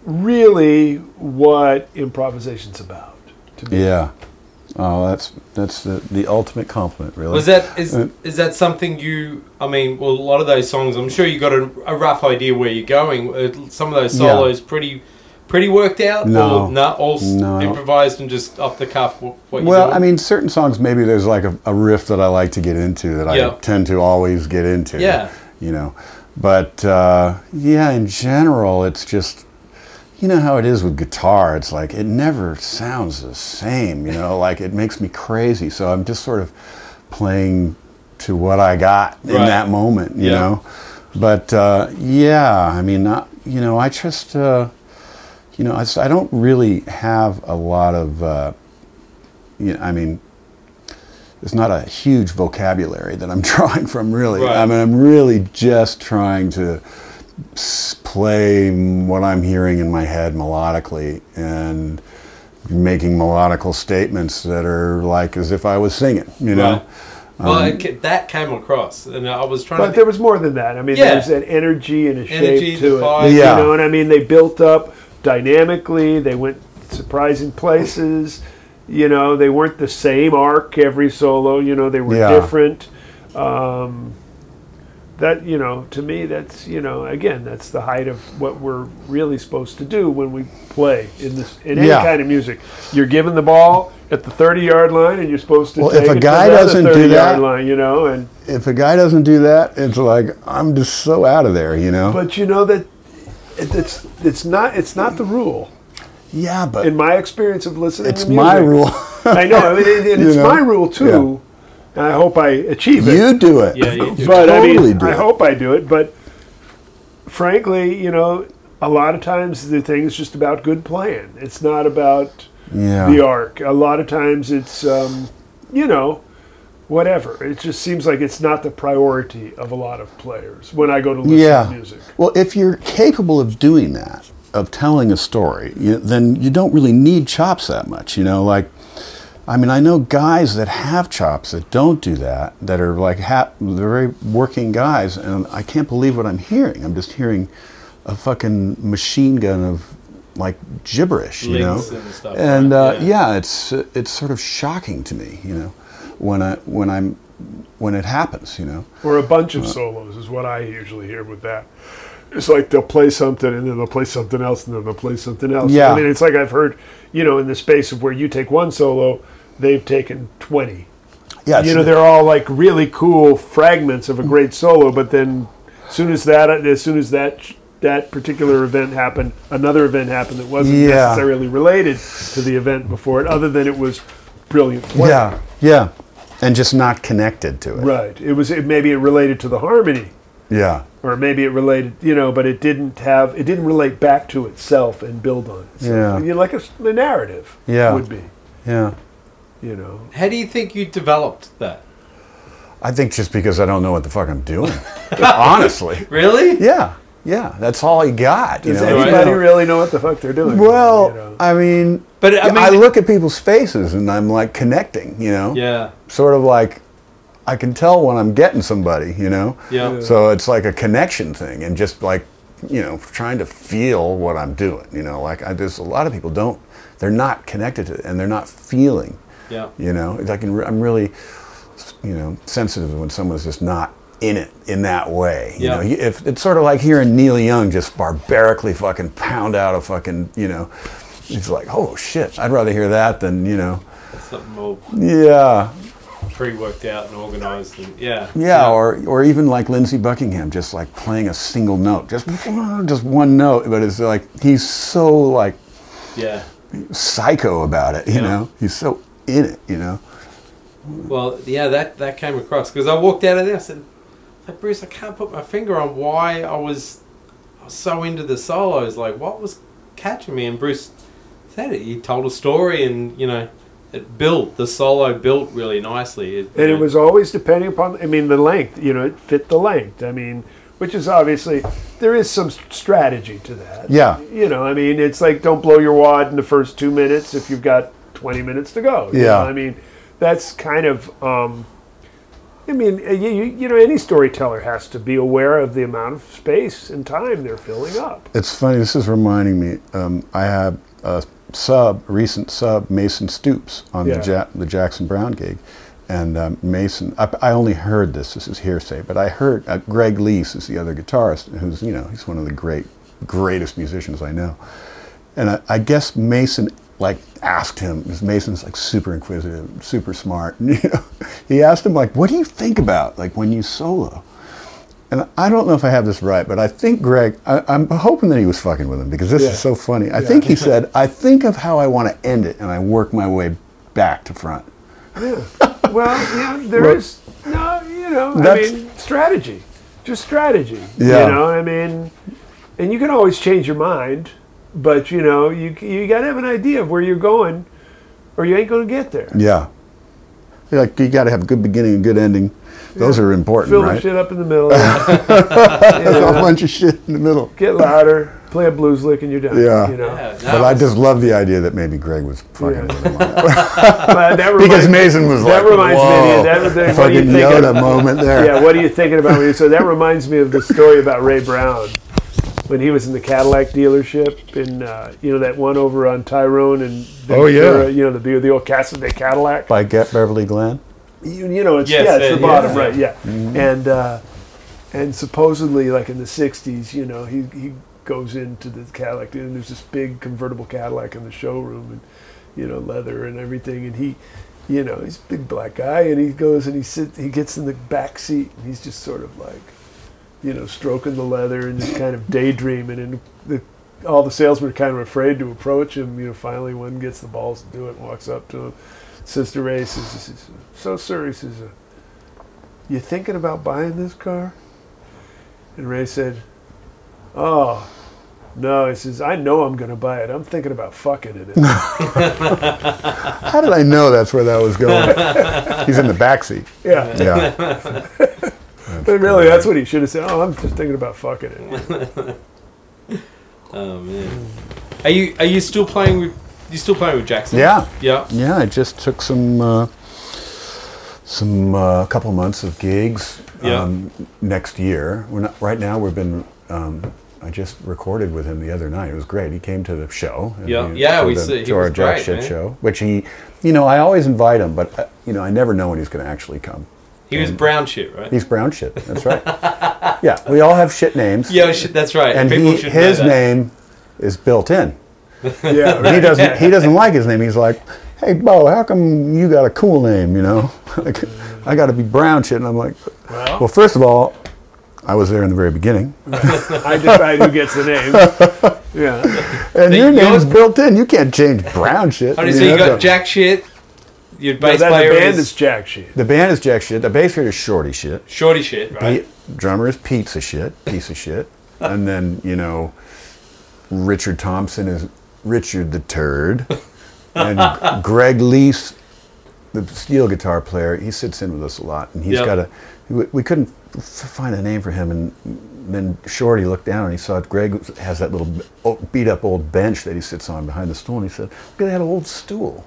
Speaker 4: really what improvisation's about. To me.
Speaker 3: yeah. Oh, that's that's the, the ultimate compliment, really.
Speaker 1: Was that is
Speaker 3: Uh,
Speaker 1: is that something you? I mean, well, a lot of those songs. I'm sure you got a, a rough idea where you're going. Uh, Some of those
Speaker 3: Yeah.
Speaker 1: solos pretty pretty worked out.
Speaker 3: No.
Speaker 1: or, no, all s
Speaker 3: No.
Speaker 1: improvised and just off the cuff. What, what you
Speaker 3: well,
Speaker 1: doing?
Speaker 3: I mean, certain songs maybe there's like a, a riff that I like to get into that
Speaker 1: Yeah.
Speaker 3: I tend to always get into.
Speaker 1: Yeah.
Speaker 3: You know, but uh, yeah, in general, it's just you know how it is with guitar. It's like it never sounds the same. You know, like it makes me crazy. So I'm just sort of playing to what I got in
Speaker 1: Right.
Speaker 3: that moment. You
Speaker 1: Yeah.
Speaker 3: know, but uh, yeah, I mean, I, you know, I just, uh, you know, I, s- I don't really have a lot of, uh, you know, I mean. It's not a huge vocabulary that I'm drawing from, really.
Speaker 1: Right.
Speaker 3: I mean, I'm really just trying to play what I'm hearing in my head melodically and making melodical statements that are like as if I was singing, you know? um,
Speaker 1: Right. Well, it, ca- that came across, and I was trying
Speaker 4: But
Speaker 1: to.
Speaker 4: there was more than that. I mean,
Speaker 1: Yeah.
Speaker 4: there's an energy and a shape
Speaker 1: Energy,
Speaker 4: to
Speaker 1: the
Speaker 4: it.
Speaker 1: vibe.
Speaker 3: Yeah.
Speaker 4: You know what I mean? They built up dynamically. They went surprising places. You know, they weren't the same arc every solo. You know, they were
Speaker 3: Yeah.
Speaker 4: different. Um, that you know, to me, that's you know, again, that's the height of what we're really supposed to do when we play in this in any
Speaker 3: Yeah.
Speaker 4: kind of music. You're given the ball at the 30 yard line, and you're supposed to
Speaker 3: Well,
Speaker 4: take
Speaker 3: if a
Speaker 4: it to
Speaker 3: guy
Speaker 4: the other
Speaker 3: doesn't do
Speaker 4: 30 yard
Speaker 3: that-
Speaker 4: line, you know, and
Speaker 3: If a guy doesn't do that, it's like, I'm just so out of there, you know?
Speaker 4: But you know that it- it's it's not it's not the rule
Speaker 3: yeah, but
Speaker 4: in my experience of listening.
Speaker 3: it's
Speaker 4: to music,
Speaker 3: my rule.
Speaker 4: I know, I mean, and, and
Speaker 3: You
Speaker 4: it's
Speaker 3: know?
Speaker 4: my rule too. And I hope I achieve it.
Speaker 3: you do it.
Speaker 1: Yeah, you do.
Speaker 4: but I
Speaker 3: totally
Speaker 4: mean,
Speaker 3: do
Speaker 4: I
Speaker 3: it.
Speaker 4: hope I do it. But frankly, you know, a lot of times the thing's just about good playing. It's not about
Speaker 3: yeah.
Speaker 4: the arc. A lot of times it's um, you know. Whatever. It just seems like it's not the priority of a lot of players when I go to listen to music.
Speaker 3: Well, if you're capable of doing that, of telling a story, you, then you don't really need chops that much. You know, like, I mean, I know guys that have chops that don't do that, that are like ha- they're very working guys, and I can't believe what I'm hearing. I'm just hearing a fucking machine gun of like gibberish, you know,
Speaker 1: Links and stuff,
Speaker 3: And,
Speaker 1: right?
Speaker 3: uh,
Speaker 1: Yeah.
Speaker 3: yeah, yeah, it's it's sort of shocking to me, you know, when I when I'm when it happens, you know.
Speaker 4: or a bunch of solos is what I usually hear with that. It's like they'll play something and then they'll play something else and then they'll play something else.
Speaker 3: Yeah.
Speaker 4: I mean, it's like I've heard, you know, in the space of where you take one solo, they've taken 20.
Speaker 3: Yeah,
Speaker 4: you
Speaker 3: it's-
Speaker 4: know, they're all like really cool fragments of a great solo, but then soon as that as soon as that that particular event happened, another event happened that wasn't
Speaker 3: Yeah.
Speaker 4: necessarily related to the event before it other than it was brilliant. play.
Speaker 3: Yeah, yeah, and just not connected to it.
Speaker 4: Right. It was it, maybe it related to the harmony.
Speaker 3: Yeah,
Speaker 4: or maybe it related, you know, but it didn't have, it didn't relate back to itself and build on itself.
Speaker 3: Yeah.
Speaker 4: You know, like a, s- a narrative
Speaker 3: Yeah.
Speaker 4: would be,
Speaker 3: yeah.
Speaker 4: you know.
Speaker 1: How do you think you developed that?
Speaker 3: I think just because I don't know what the fuck I'm doing, honestly.
Speaker 1: Really?
Speaker 3: Yeah, yeah. That's all I got. You
Speaker 4: Does
Speaker 3: know?
Speaker 4: anybody really know what the fuck they're doing?
Speaker 3: Well,
Speaker 4: You know?
Speaker 3: I mean,
Speaker 1: But, I
Speaker 3: yeah,
Speaker 1: mean-
Speaker 3: look at people's faces and I'm like connecting. You know,
Speaker 1: Yeah.
Speaker 3: Sort of like I can tell when I'm getting somebody. You know.
Speaker 1: Yeah. Yeah.
Speaker 3: So it's like a connection thing, and just like you know, trying to feel what I'm doing. You know, like I, there's a lot of people don't. They're not connected to it, and they're not feeling.
Speaker 1: Yeah.
Speaker 3: You know, It's like in- I'm really, you know, sensitive when someone's just not in it in that way. You
Speaker 1: Yeah.
Speaker 3: know, if it's sort of like hearing Neil Young just barbarically fucking pound out a fucking, you know, it's like, oh shit, I'd rather hear that than you know,
Speaker 1: Something all
Speaker 3: yeah,
Speaker 1: pre-worked out and organised, and yeah.
Speaker 3: yeah, or or even like Lindsey Buckingham just like playing a single note, just just one note, but it's like he's so like
Speaker 1: Yeah.
Speaker 3: psycho about it, you
Speaker 1: Yeah.
Speaker 3: know, he's so in it, you know,
Speaker 1: Well, yeah, that that came across because I walked out of there. I said, like, Bruce, I can't put my finger on why I was, I was so into the solos. Like, what was catching me? And Bruce said it. He told a story, and you know, it built. The solo built really nicely. It,
Speaker 4: and it was always depending upon, I mean, the length, you know, it fit the length. I mean, which is obviously, there is some s- strategy to that.
Speaker 3: Yeah.
Speaker 4: You know, I mean, it's like don't blow your wad in the first two minutes if you've got 20 minutes to go. you
Speaker 3: Yeah.
Speaker 4: know, I mean, that's kind of, um, I mean, uh, you, you, you know, any storyteller has to be aware of the amount of space and time they're filling up.
Speaker 3: It's funny. This is reminding me. Um, I have a sub, a recent sub, Mason Stoops on
Speaker 4: Yeah.
Speaker 3: the ja- the Jackson Brown gig, and um, Mason. I, I only heard this. This is hearsay, but I heard uh, Greg Lees is the other guitarist, who's you know he's one of the great, greatest musicians I know, and I, I guess Mason like asked him. 'cause Mason's like super inquisitive, super smart. You know, he asked him like, "What do you think about like when you solo?" And I don't know if I have this right, but I think Greg, I, I'm hoping that he was fucking with him because this
Speaker 4: Yeah.
Speaker 3: is so funny. I think he said, I think of how I want to end it and I work my way back to front.
Speaker 4: Well, yeah, there
Speaker 3: Well,
Speaker 4: is no, you know,
Speaker 3: that's-
Speaker 4: I mean, strategy, just strategy.
Speaker 3: Yeah.
Speaker 4: You know, I mean, and you can always change your mind, but you know, you you got to have an idea of where you're going, or you ain't gonna get there.
Speaker 3: Yeah. You're like, you got to have a good beginning and good ending. Those are important,
Speaker 4: Fill the
Speaker 3: right?
Speaker 4: shit up in the middle.
Speaker 3: There's a bunch of shit in the middle.
Speaker 4: get louder, play a blues lick, and you're done.
Speaker 3: Yeah.
Speaker 4: You know,
Speaker 1: Yeah, that
Speaker 3: But I
Speaker 1: was-
Speaker 3: just love the idea that maybe Greg was fucking
Speaker 4: Yeah.
Speaker 3: with him. on that.
Speaker 4: But that
Speaker 3: Because
Speaker 4: reminds-
Speaker 3: Mason was
Speaker 4: that
Speaker 3: like,
Speaker 4: reminds me
Speaker 3: Whoa,
Speaker 4: of that. that what are you
Speaker 3: fucking
Speaker 4: thinking?
Speaker 3: Yoda moment there.
Speaker 4: Yeah, what are you thinking about when you? So that reminds me of the story about Ray Brown when he was in the Cadillac dealership and uh, you know that one over on Tyrone and
Speaker 3: Oh, yeah.
Speaker 4: Ventura, you know the beer, the old Casa de Cadillac.
Speaker 3: By Get Beverly Glenn.
Speaker 4: you, you know, it's,
Speaker 1: Yes,
Speaker 4: yeah, it's
Speaker 1: uh,
Speaker 4: the
Speaker 1: yeah.
Speaker 4: bottom right, yeah. And uh, and supposedly, like in the '60s, you know, he he goes into the Cadillac, and there's this big convertible Cadillac in the showroom, and you know, leather and everything, and he. You know, he's a big black guy, and he goes and he sits, he gets in the back seat, and he's just sort of like, you know, stroking the leather and just kind of daydreaming. And the, all the salesmen are kind of afraid to approach him. You know, finally one gets the balls to do it and walks up to him. Sister Ray says, he says, So, sir, he says, uh, You thinking about buying this car? And Ray said, Oh, no. He says, I know I'm going to buy it. I'm thinking about fucking in it.
Speaker 3: How did I know that's where that was going? He's in the backseat.
Speaker 4: yeah.
Speaker 3: Yeah.
Speaker 4: But really, that's what he should have said. Oh, I'm just thinking about fucking it.
Speaker 1: Oh man. Are you are you still playing with you still playing with Jackson?
Speaker 3: Yeah.
Speaker 1: Yeah.
Speaker 3: Yeah, I just took some uh, some uh, couple months of gigs um,
Speaker 1: Yeah.
Speaker 3: next year. We're not right now. We've been. Um, I just recorded with him the other night. It was great. He came to the show. and
Speaker 1: Yeah.
Speaker 3: he-
Speaker 1: Yeah,
Speaker 3: to
Speaker 1: we
Speaker 3: the,
Speaker 1: see- he
Speaker 3: to our
Speaker 1: was
Speaker 3: Jack
Speaker 1: great,
Speaker 3: Shit
Speaker 1: man.
Speaker 3: show, which he, you know, I always invite him, but uh, you know, I never know when he's going to actually come.
Speaker 1: He was brown shit, right?
Speaker 3: He's brown shit. That's right. yeah, we all have shit names.
Speaker 1: Yeah, shit, that's right.
Speaker 3: and
Speaker 1: People
Speaker 3: he,
Speaker 1: should know
Speaker 3: his
Speaker 1: that.
Speaker 3: name is built in.
Speaker 4: Yeah.
Speaker 3: He doesn't. He doesn't like his name. He's like, "Hey, Bo, how come you got a cool name? You know, like, I got to be brown shit." And I'm like, "Well, first of all, I was there in the very beginning,
Speaker 4: I decide who gets the name. Yeah.
Speaker 3: and your
Speaker 1: you
Speaker 3: name's
Speaker 1: know-
Speaker 3: built in. You can't change brown shit."
Speaker 1: How do
Speaker 3: I
Speaker 1: you
Speaker 3: mean,
Speaker 1: say you
Speaker 3: that's
Speaker 1: got
Speaker 3: a-
Speaker 1: jack shit? Your
Speaker 4: No,
Speaker 1: bass
Speaker 4: that the
Speaker 1: player
Speaker 4: band
Speaker 1: is
Speaker 4: is Jack Shit.
Speaker 3: The band is jack shit. The bass player is shorty shit.
Speaker 1: shorty shit, right?
Speaker 3: The drummer is pizza shit. Piece of shit. And then you know, Richard Thompson is Richard the Turd, and Greg Lease the steel guitar player, he sits in with us a lot, and he's
Speaker 1: Yeah.
Speaker 3: got a. We, we couldn't f- find a name for him, and then Shorty looked down and he saw Greg has that little b- old- beat up old bench that he sits on behind the stool, and he said, "Look at that old stool."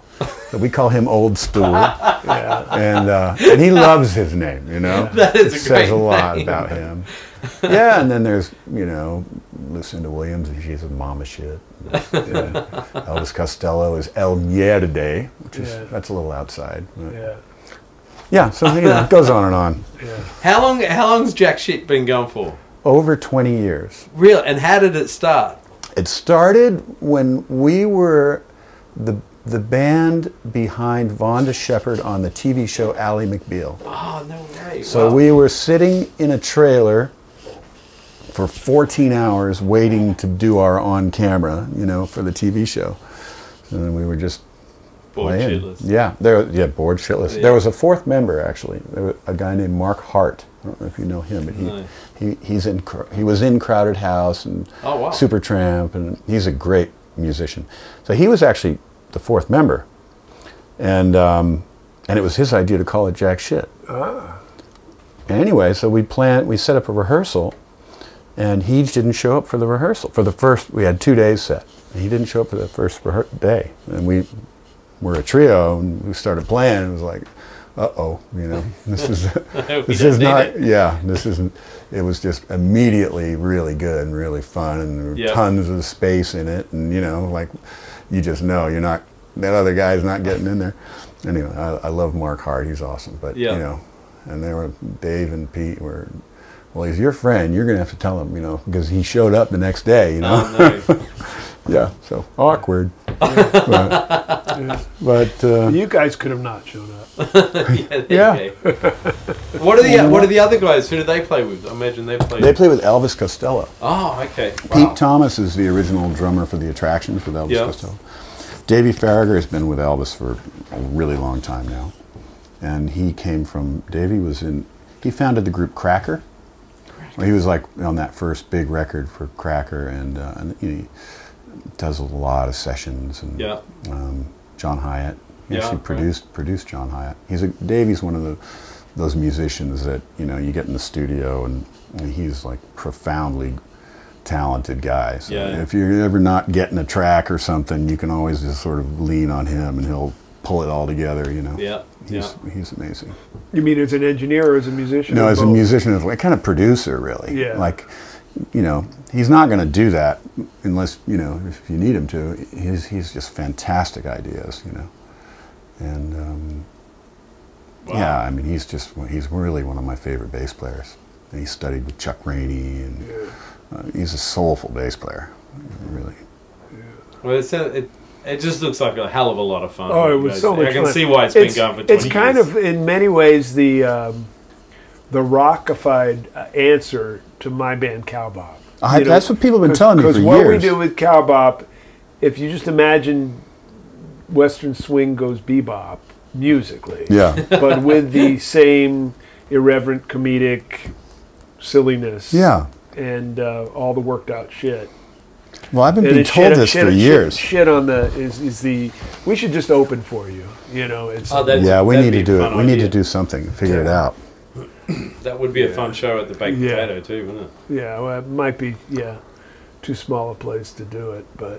Speaker 3: So we call him Old Stool, and uh, and he loves his name. You know,
Speaker 1: That is
Speaker 3: it
Speaker 1: a
Speaker 3: says
Speaker 1: great
Speaker 3: a lot
Speaker 1: name.
Speaker 3: about him. Yeah, and then there's you know Lucinda Williams, and she's a mama shit. Yeah. Elvis Costello is El Mierde, which is
Speaker 4: Yeah.
Speaker 3: that's a little outside. but-
Speaker 4: Yeah.
Speaker 3: yeah, so you know, it goes on and on.
Speaker 4: Yeah.
Speaker 1: How long how long's jack shit been going for?
Speaker 3: Over 20 years.
Speaker 1: Real and how did it start?
Speaker 3: It started when we were the the band behind Vonda Shepard on the TV show Ally McBeal.
Speaker 1: Oh no way.
Speaker 3: So
Speaker 1: Wow.
Speaker 3: we were sitting in a trailer for 14 hours waiting to do our on camera, you know, for the TV show. And then we were just
Speaker 1: Bored
Speaker 3: playing.
Speaker 1: shitless.
Speaker 3: Yeah, there. Yeah, bored shitless.
Speaker 1: Yeah.
Speaker 3: There was a fourth member actually, there was a guy named Mark Hart. I don't know if you know him, but he,
Speaker 1: No.
Speaker 3: he he's in Cro- he was in Crowded House and
Speaker 1: Oh, wow.
Speaker 3: Supertramp, and he's a great musician. So he was actually the fourth member, and um, and it was his idea to call it Jack Shit. Ah. Anyway, so we planned, we set up a rehearsal, and he didn't show up for the rehearsal. For the first, we had two days set. He didn't show up for the first rehe- day, and we were a trio, and we started playing. And it was like, uh oh, you know, this is this
Speaker 1: don't
Speaker 3: is
Speaker 1: need
Speaker 3: not,
Speaker 1: it.
Speaker 3: yeah, this isn't. It was just immediately really good and really fun, and there were
Speaker 1: Yeah.
Speaker 3: tons of space in it, and you know, like you just know you're not that other guy's not getting in there. Anyway, I, I love Mark Hart; he's awesome, but
Speaker 1: Yeah.
Speaker 3: you know, and there were Dave and Pete were. Well, he's your friend. You're gonna have to
Speaker 1: Uh-huh.
Speaker 3: tell him, you know, because he showed up the next day. You know,
Speaker 1: Oh, no.
Speaker 3: yeah. So awkward. But uh,
Speaker 4: You guys could have not shown up.
Speaker 1: yeah. there you go. what are the What are the other guys? Who do they play with? I imagine they play.
Speaker 3: they play with Elvis Costello.
Speaker 1: oh, okay.
Speaker 3: Pete Thomas is the original drummer for the Attractions with Elvis
Speaker 1: Yeah.
Speaker 3: Costello. Davey Farragher has been with Elvis for a really long time now, and he came from Davey was in he founded the group Cracker. Well, he was like on that first big record for Cracker, and, uh, and you know, he does a lot of sessions and
Speaker 1: Yeah.
Speaker 3: um, John Hyatt. He
Speaker 1: Yeah,
Speaker 3: actually
Speaker 1: right.
Speaker 3: produced produced John Hyatt. He's a Davey's one of the those musicians that you know you get in the studio and he's like profoundly talented guy. So
Speaker 1: Yeah.
Speaker 3: if you're ever not getting a track or something, you can always just sort of lean on him and he'll pull it all together. You know.
Speaker 1: Yeah,
Speaker 3: He's he's amazing.
Speaker 4: You mean as an engineer or as a musician?
Speaker 3: No,
Speaker 4: or
Speaker 3: as a
Speaker 4: both?
Speaker 3: musician, as a kind of producer, really.
Speaker 4: Yeah.
Speaker 3: Like, you know, he's not going to do that unless you know if you need him to. He's he's just fantastic ideas, you know, and um, yeah, I mean, he's just he's really one of my favorite bass players. And he studied with Chuck Rainey, and uh, he's a soulful bass player, really.
Speaker 1: Well, it's a, it, it just looks like a hell of a lot of fun.
Speaker 4: Oh, it was so much
Speaker 1: I can
Speaker 4: fun.
Speaker 1: see why it's been going for 20
Speaker 4: It's kind
Speaker 1: years.
Speaker 4: of, in many ways, the um, the rockified uh, answer to my band Cowbop.
Speaker 3: I,
Speaker 4: You know,
Speaker 3: that's what people have been telling me for
Speaker 4: Because what we
Speaker 3: years.
Speaker 4: do with cowbop, if you just imagine Western swing goes bebop musically,
Speaker 3: yeah,
Speaker 4: but with the same irreverent comedic silliness,
Speaker 3: yeah.
Speaker 4: and uh, all the worked out shit.
Speaker 3: Well, I've been
Speaker 4: And
Speaker 3: being
Speaker 4: it's shit-
Speaker 3: told this
Speaker 4: shit-
Speaker 3: for
Speaker 4: shit-
Speaker 3: years.
Speaker 4: Shit on the is, is the we should just open for you. You know, it's
Speaker 1: Oh, that's-
Speaker 3: Yeah, we
Speaker 1: that'd
Speaker 3: need
Speaker 1: be
Speaker 3: to
Speaker 1: a
Speaker 3: do it.
Speaker 1: fun
Speaker 3: We need
Speaker 1: idea.
Speaker 3: to do something. Figure it out.
Speaker 1: That would be a fun show at the Baked
Speaker 4: Yeah.
Speaker 1: Potato, too, wouldn't it?
Speaker 4: yeah, well, it might be yeah, too small a place to do it, but uh,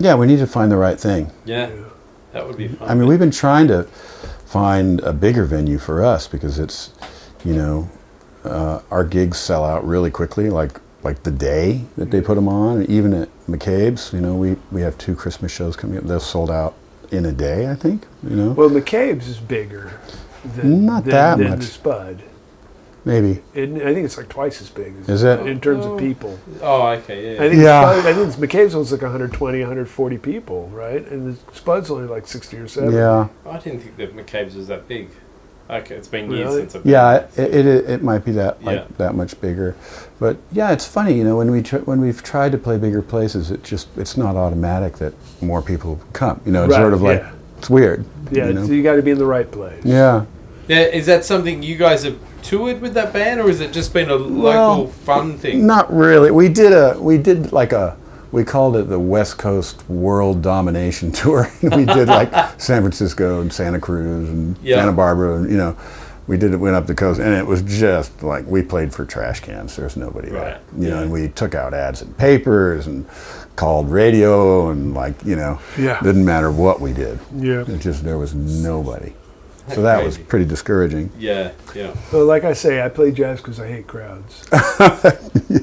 Speaker 3: Yeah, we need to find the right thing.
Speaker 1: Yeah. That would be fun.
Speaker 3: I mean, we've been trying to find a bigger venue for us because it's, you know, uh, our gigs sell out really quickly. Like like the day that they put them on, even at McCabe's, you know, we we have two Christmas shows coming up. They're sold out in a day, I think. You know,
Speaker 4: well, McCabe's is bigger than
Speaker 3: Not
Speaker 4: than,
Speaker 3: that
Speaker 4: than
Speaker 3: much.
Speaker 4: the Spud.
Speaker 3: maybe.
Speaker 4: It, I think it's like twice as big. As
Speaker 3: Is it?
Speaker 4: In terms of people,
Speaker 1: oh, okay, yeah.
Speaker 4: I think
Speaker 3: Yeah.
Speaker 4: yeah. Spud, I think it's- McCabe's one's like 120, 140 people, right? And the Spud's only like 60 or 70.
Speaker 3: Yeah,
Speaker 1: I didn't think that McCabe's was that big. Okay, it's been years
Speaker 4: Really?
Speaker 1: since I've been
Speaker 3: yeah.
Speaker 1: there.
Speaker 3: It, it it might be that like
Speaker 1: Yeah.
Speaker 3: that much bigger, but yeah, it's funny. You know, when we tr- when we've tried to play bigger places, it just it's not automatic that more people come. You know, it's
Speaker 4: Right,
Speaker 3: sort of like
Speaker 4: yeah.
Speaker 3: it's weird.
Speaker 4: Yeah, e-
Speaker 3: you know?
Speaker 4: so you got to be in the right place.
Speaker 3: yeah.
Speaker 1: Now, is that something you guys have toured with that band, or has it just been a local
Speaker 3: Well,
Speaker 1: fun thing?
Speaker 3: Not really. We did a we did like a we called it the West Coast World Domination Tour. we did like San Francisco and Santa Cruz and
Speaker 1: Yeah.
Speaker 3: Santa Barbara and you know we did it went up the coast and it was just like we played for trash cans. There's nobody
Speaker 1: Right.
Speaker 3: there. You know, and we took out ads in papers and called radio and like, you know,
Speaker 4: Yeah.
Speaker 3: didn't matter what we did.
Speaker 4: Yeah.
Speaker 3: It just there was nobody. So that was
Speaker 1: crazy.
Speaker 3: pretty discouraging.
Speaker 1: Yeah, yeah.
Speaker 4: So, like I say, I play jazz because I hate crowds.
Speaker 3: I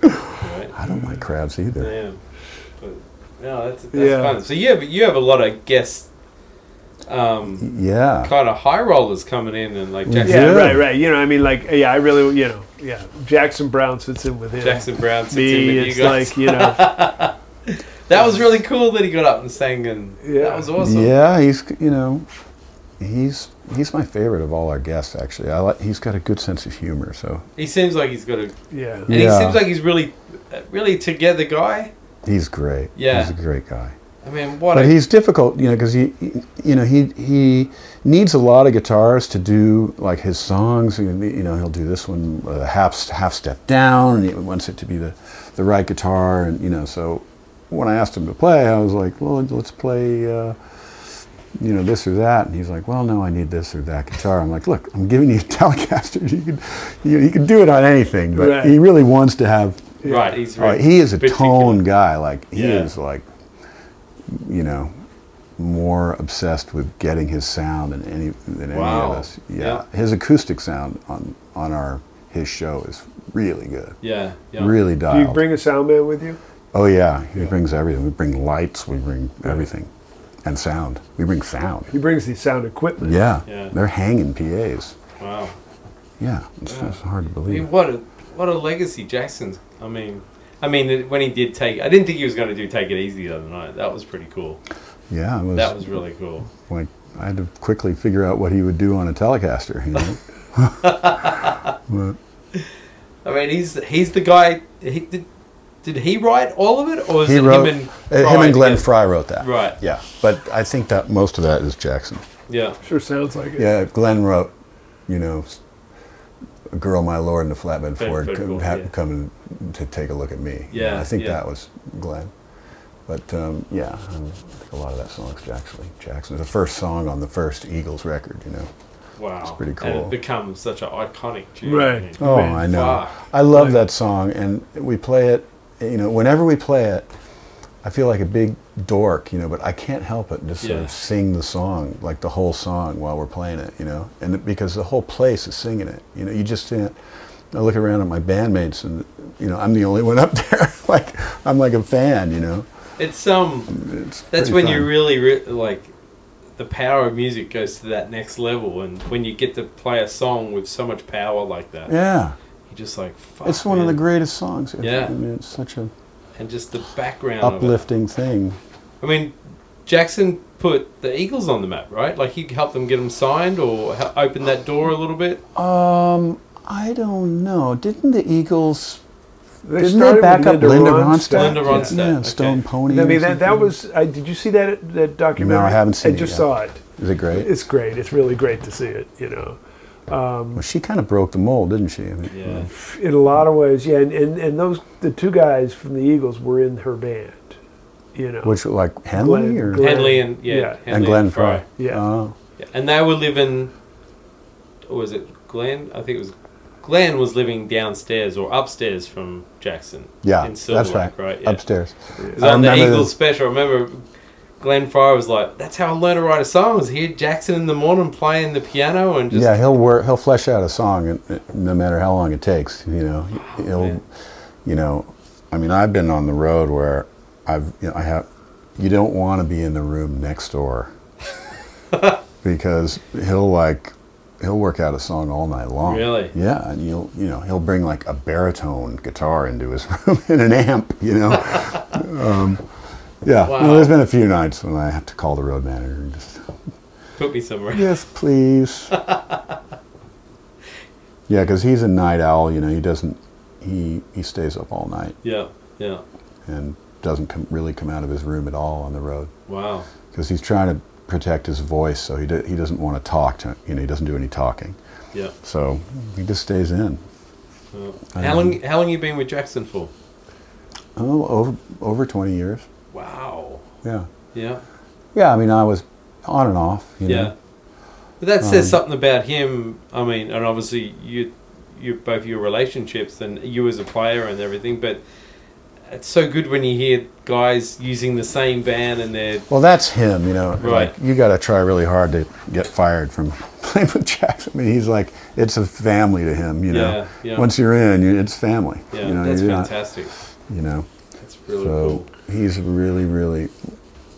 Speaker 1: Mm-hmm.
Speaker 3: don't like crowds either.
Speaker 1: Yeah, but no, that's, that's
Speaker 4: Yeah.
Speaker 1: fun. So yeah, but you have a lot of guests, um,
Speaker 3: Yeah.
Speaker 1: kind of high rollers coming in, and like Jackson,
Speaker 4: yeah,
Speaker 3: Yeah.
Speaker 4: right, right. You know, I mean, like, yeah, I really, you know, yeah. Jackson Brown sits in with him.
Speaker 1: Jackson Brown sits in
Speaker 4: Me,
Speaker 1: with you
Speaker 4: it's
Speaker 1: guys.
Speaker 4: like, you know,
Speaker 1: that was really cool that he got up and sang, and
Speaker 4: Yeah.
Speaker 1: that was awesome.
Speaker 3: Yeah, he's you know, he's he's my favorite of all our guests. Actually, I like he's got a good sense of humor. So
Speaker 1: He seems like he's got a, and
Speaker 4: yeah.
Speaker 1: he
Speaker 3: Yeah.
Speaker 1: seems like he's really, a really together guy.
Speaker 3: he's great.
Speaker 1: Yeah.
Speaker 3: he's a great guy.
Speaker 1: I mean, what
Speaker 3: But
Speaker 1: a
Speaker 3: he's difficult, you know, because he, he- you know, he he needs a lot of guitars to do like his songs. You know, he'll do this one uh, half half step down, and he wants it to be the the right guitar, and you know. So when I asked him to play, I was like, well, let's play. Uh, you know this or that, and he's like, "Well, no, I need this or that guitar." I'm like, "Look, I'm giving you a Telecaster. You can, you, you can do it on anything, but
Speaker 4: Right.
Speaker 3: he really wants to have
Speaker 1: right. He's
Speaker 3: all right,
Speaker 1: really
Speaker 3: he is a
Speaker 1: particular.
Speaker 3: tone guy. Like he
Speaker 1: Yeah.
Speaker 3: is like, you know, more obsessed with getting his sound than any than any
Speaker 1: Wow.
Speaker 3: of us. Yeah.
Speaker 1: Yeah.
Speaker 3: his acoustic sound on on our his show is really good.
Speaker 1: Yeah, yeah.
Speaker 3: Really
Speaker 4: Do
Speaker 3: dialed.
Speaker 4: you bring a sound man with you?
Speaker 3: oh yeah, he brings everything. We bring lights. We bring everything, and sound. We bring sound.
Speaker 4: He brings the sound equipment.
Speaker 3: Yeah,
Speaker 1: Yeah.
Speaker 3: they're hanging PA's.
Speaker 1: Wow.
Speaker 3: Yeah, it's, it's hard to
Speaker 1: I
Speaker 3: believe.
Speaker 1: mean, what a what a legacy Jackson's. I mean, I mean, it- when he did take, I didn't think he was going to do take it easy the other night. That was pretty cool.
Speaker 3: Yeah, it was,
Speaker 1: That was really cool.
Speaker 3: like I had to quickly figure out what he would do on a Telecaster. You know?
Speaker 1: I mean, he's he's the guy. He, did, did he write all of it, or is
Speaker 3: he
Speaker 1: it
Speaker 3: wrote
Speaker 1: him and
Speaker 3: uh, him
Speaker 1: Fry
Speaker 3: and Glenn
Speaker 1: together?
Speaker 3: Fry wrote that.
Speaker 1: Right.
Speaker 3: Yeah, but I think that most of that is Jackson.
Speaker 1: Yeah,
Speaker 4: Sure sounds like it.
Speaker 3: Yeah, Glenn wrote, you know, s- a girl, my lord, and the flatbed Ford
Speaker 1: Ford,
Speaker 3: come,
Speaker 1: cool,
Speaker 3: ha-
Speaker 1: yeah.
Speaker 3: come and to take a look at me. You
Speaker 1: Yeah,
Speaker 3: know, I think
Speaker 1: yeah.
Speaker 3: that was Glenn. But um, yeah, um, I think a lot of that song's actually Jackson. The first song on the first Eagles record, you know.
Speaker 1: wow, it's
Speaker 3: pretty
Speaker 1: And
Speaker 3: cool.
Speaker 1: it becomes such an iconic tune.
Speaker 4: Right.
Speaker 3: Oh,
Speaker 4: Man,
Speaker 3: I know.
Speaker 1: fuck.
Speaker 3: I love that song, and we play it. You know, whenever we play it, I feel like a big dork, you know, but I can't help it just sort
Speaker 1: Yeah.
Speaker 3: of sing the song, like the whole song, while we're playing it, you know, and it- because the whole place is singing it, you know, you just can't. I look around at my bandmates, and you know, I'm the only one up there. like I'm like a fan, you know.
Speaker 1: It's um.
Speaker 3: It's
Speaker 1: That's
Speaker 3: pretty
Speaker 1: when
Speaker 3: fun.
Speaker 1: you really re- like the power of music goes to that next level, and when you get to play a song with so much power like that,
Speaker 3: Yeah,
Speaker 1: you're just like, fuck.
Speaker 3: it's one of
Speaker 1: man.
Speaker 3: the greatest songs. ever.
Speaker 1: Yeah.
Speaker 3: I mean, it's such a
Speaker 1: and just the background of
Speaker 3: uplifting thing.
Speaker 1: it. I mean, Jackson put the Eagles on the map, right? Like he helped them get them signed or he- opened that door a little bit.
Speaker 3: Um, I don't know. Didn't the Eagles
Speaker 4: They
Speaker 3: Didn't
Speaker 4: started
Speaker 3: they
Speaker 4: with
Speaker 3: back up Linda
Speaker 4: Ronstadt.
Speaker 3: Ronstadt?
Speaker 1: Linda Ronstadt,
Speaker 3: Yeah,
Speaker 1: okay.
Speaker 3: Stone Pony.
Speaker 4: I
Speaker 3: or
Speaker 4: mean that, that
Speaker 3: something.
Speaker 4: was. I, did you see that that documentary?
Speaker 3: haven't seen
Speaker 4: I
Speaker 3: it
Speaker 4: just
Speaker 3: yet.
Speaker 4: saw it.
Speaker 3: Is it great?
Speaker 4: It's great. It's really great to see it. You know, Um,
Speaker 3: Well, she kind of broke the mold, didn't she? I mean,
Speaker 1: Yeah.
Speaker 4: in a lot of ways, yeah. And, and, and those the two guys from the Eagles were in her band. You know,
Speaker 3: Which, like, Henley
Speaker 4: Glenn-
Speaker 3: or?
Speaker 4: Glenn-
Speaker 1: Mm. Henley and yeah,
Speaker 4: Yeah.
Speaker 1: Henley
Speaker 3: and Glenn Fry.
Speaker 4: Yeah.
Speaker 3: Oh.
Speaker 1: Yeah, And they were living. or Was it Glenn? I think it was. Glenn was living downstairs or upstairs from Jackson.
Speaker 3: yeah,
Speaker 1: in
Speaker 3: that's
Speaker 1: Silver
Speaker 3: right.
Speaker 1: Lake, right? Yeah.
Speaker 3: Upstairs.
Speaker 1: It was on the
Speaker 3: remember
Speaker 1: Eagles
Speaker 3: this-
Speaker 1: special. I remember Glenn Fry was like, "That's how I learned to write a song. Was hear Jackson in the morning playing the piano and just
Speaker 3: yeah, he'll work. He'll flesh out a song, and, uh, no matter how long it takes, you know, he'll,
Speaker 1: man.
Speaker 3: you know, I mean, I've been on the road where I've, you know, I have, you don't want to be in the room next door because he'll like, he'll work out a song all night long.
Speaker 1: Really?
Speaker 3: Yeah, and you'll, you know, he'll bring like a baritone guitar into his room and an amp, you know. um, yeah,
Speaker 1: Wow.
Speaker 3: no, there's been a few nights when I have to call the road manager and just.
Speaker 1: put me somewhere."
Speaker 3: Yes, please. yeah, because he's a night owl. You know, he doesn't. He he stays up all night
Speaker 1: Yeah, yeah.
Speaker 3: and doesn't come, really come out of his room at all on the road
Speaker 1: Wow.
Speaker 3: because he's trying to protect his voice. So he do, he doesn't want to talk to you know he doesn't do any talking.
Speaker 1: Yeah.
Speaker 3: So he just stays in.
Speaker 1: yeah.
Speaker 3: I
Speaker 1: How
Speaker 3: know.
Speaker 1: long? How long you been with Jackson for?
Speaker 3: Oh, over over twenty years.
Speaker 1: Wow.
Speaker 3: Yeah,
Speaker 1: Yeah.
Speaker 3: yeah. I mean, I was on and off. You
Speaker 1: Yeah.
Speaker 3: know? Um,
Speaker 1: But that says something about him. I mean, and obviously you, you both your relationships and you as a player and everything. But it's so good when you hear guys using the same band and they're
Speaker 3: Well, that's him, you know.
Speaker 1: Right.
Speaker 3: Like, you got to try really hard to get fired from playing with Jackson. I mean, he's like, it's a family to him, you know.
Speaker 1: Yeah, yeah.
Speaker 3: Once you're in, you, it's family.
Speaker 1: yeah,
Speaker 3: you know,
Speaker 1: that's
Speaker 3: you're not-
Speaker 1: fantastic.
Speaker 3: you know,
Speaker 1: That's really
Speaker 3: so
Speaker 1: cool.
Speaker 3: he's really, really.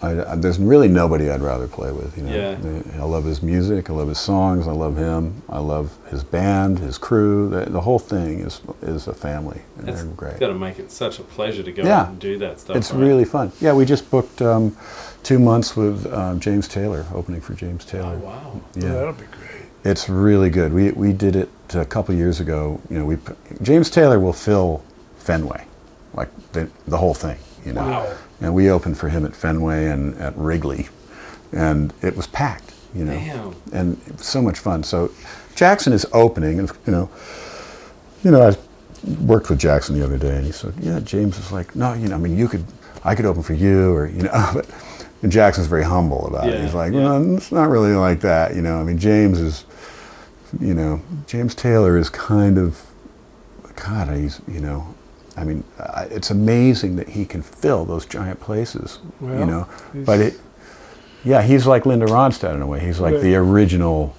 Speaker 3: I, I- there's really nobody I'd rather play with. You know,
Speaker 1: Yeah.
Speaker 3: I love his music. I love his songs. I love him. I love his band, his crew. The, the whole thing is is a family, and
Speaker 1: That's
Speaker 3: they're great.
Speaker 1: got to make it such a pleasure to go
Speaker 3: Yeah.
Speaker 1: out and do that stuff.
Speaker 3: It's
Speaker 1: right?
Speaker 3: really fun. Yeah, we just booked um, two months with um, James Taylor, opening for James
Speaker 1: Oh,
Speaker 3: Taylor.
Speaker 1: wow.
Speaker 4: yeah,
Speaker 3: Yeah,
Speaker 4: that'll be great.
Speaker 3: it's really good. We we did it a couple years ago. You know, we p- James Taylor will fill Fenway, like the the whole thing. You know,
Speaker 1: Wow.
Speaker 3: and we opened for him at Fenway and at Wrigley, and it was packed. You know,
Speaker 1: Damn.
Speaker 3: and it was so much fun. So Jackson is opening, and you know, you know, I worked with Jackson the other day, and he said, "Yeah, James is like, no, you know, I mean, you could, I could open for you, or you know." But and Jackson's very humble about it.
Speaker 1: Yeah,
Speaker 3: He's like,
Speaker 1: yeah.
Speaker 3: "Well, it's not really like that, you know. I mean, James is, you know, James Taylor is kind of, God, he's, you know." I mean, I- it's amazing that he can fill those giant places, you
Speaker 4: Well,
Speaker 3: know.
Speaker 4: he's-
Speaker 3: But it, yeah, he's like Linda Ronstadt in a way. He's like
Speaker 4: Right.
Speaker 3: the original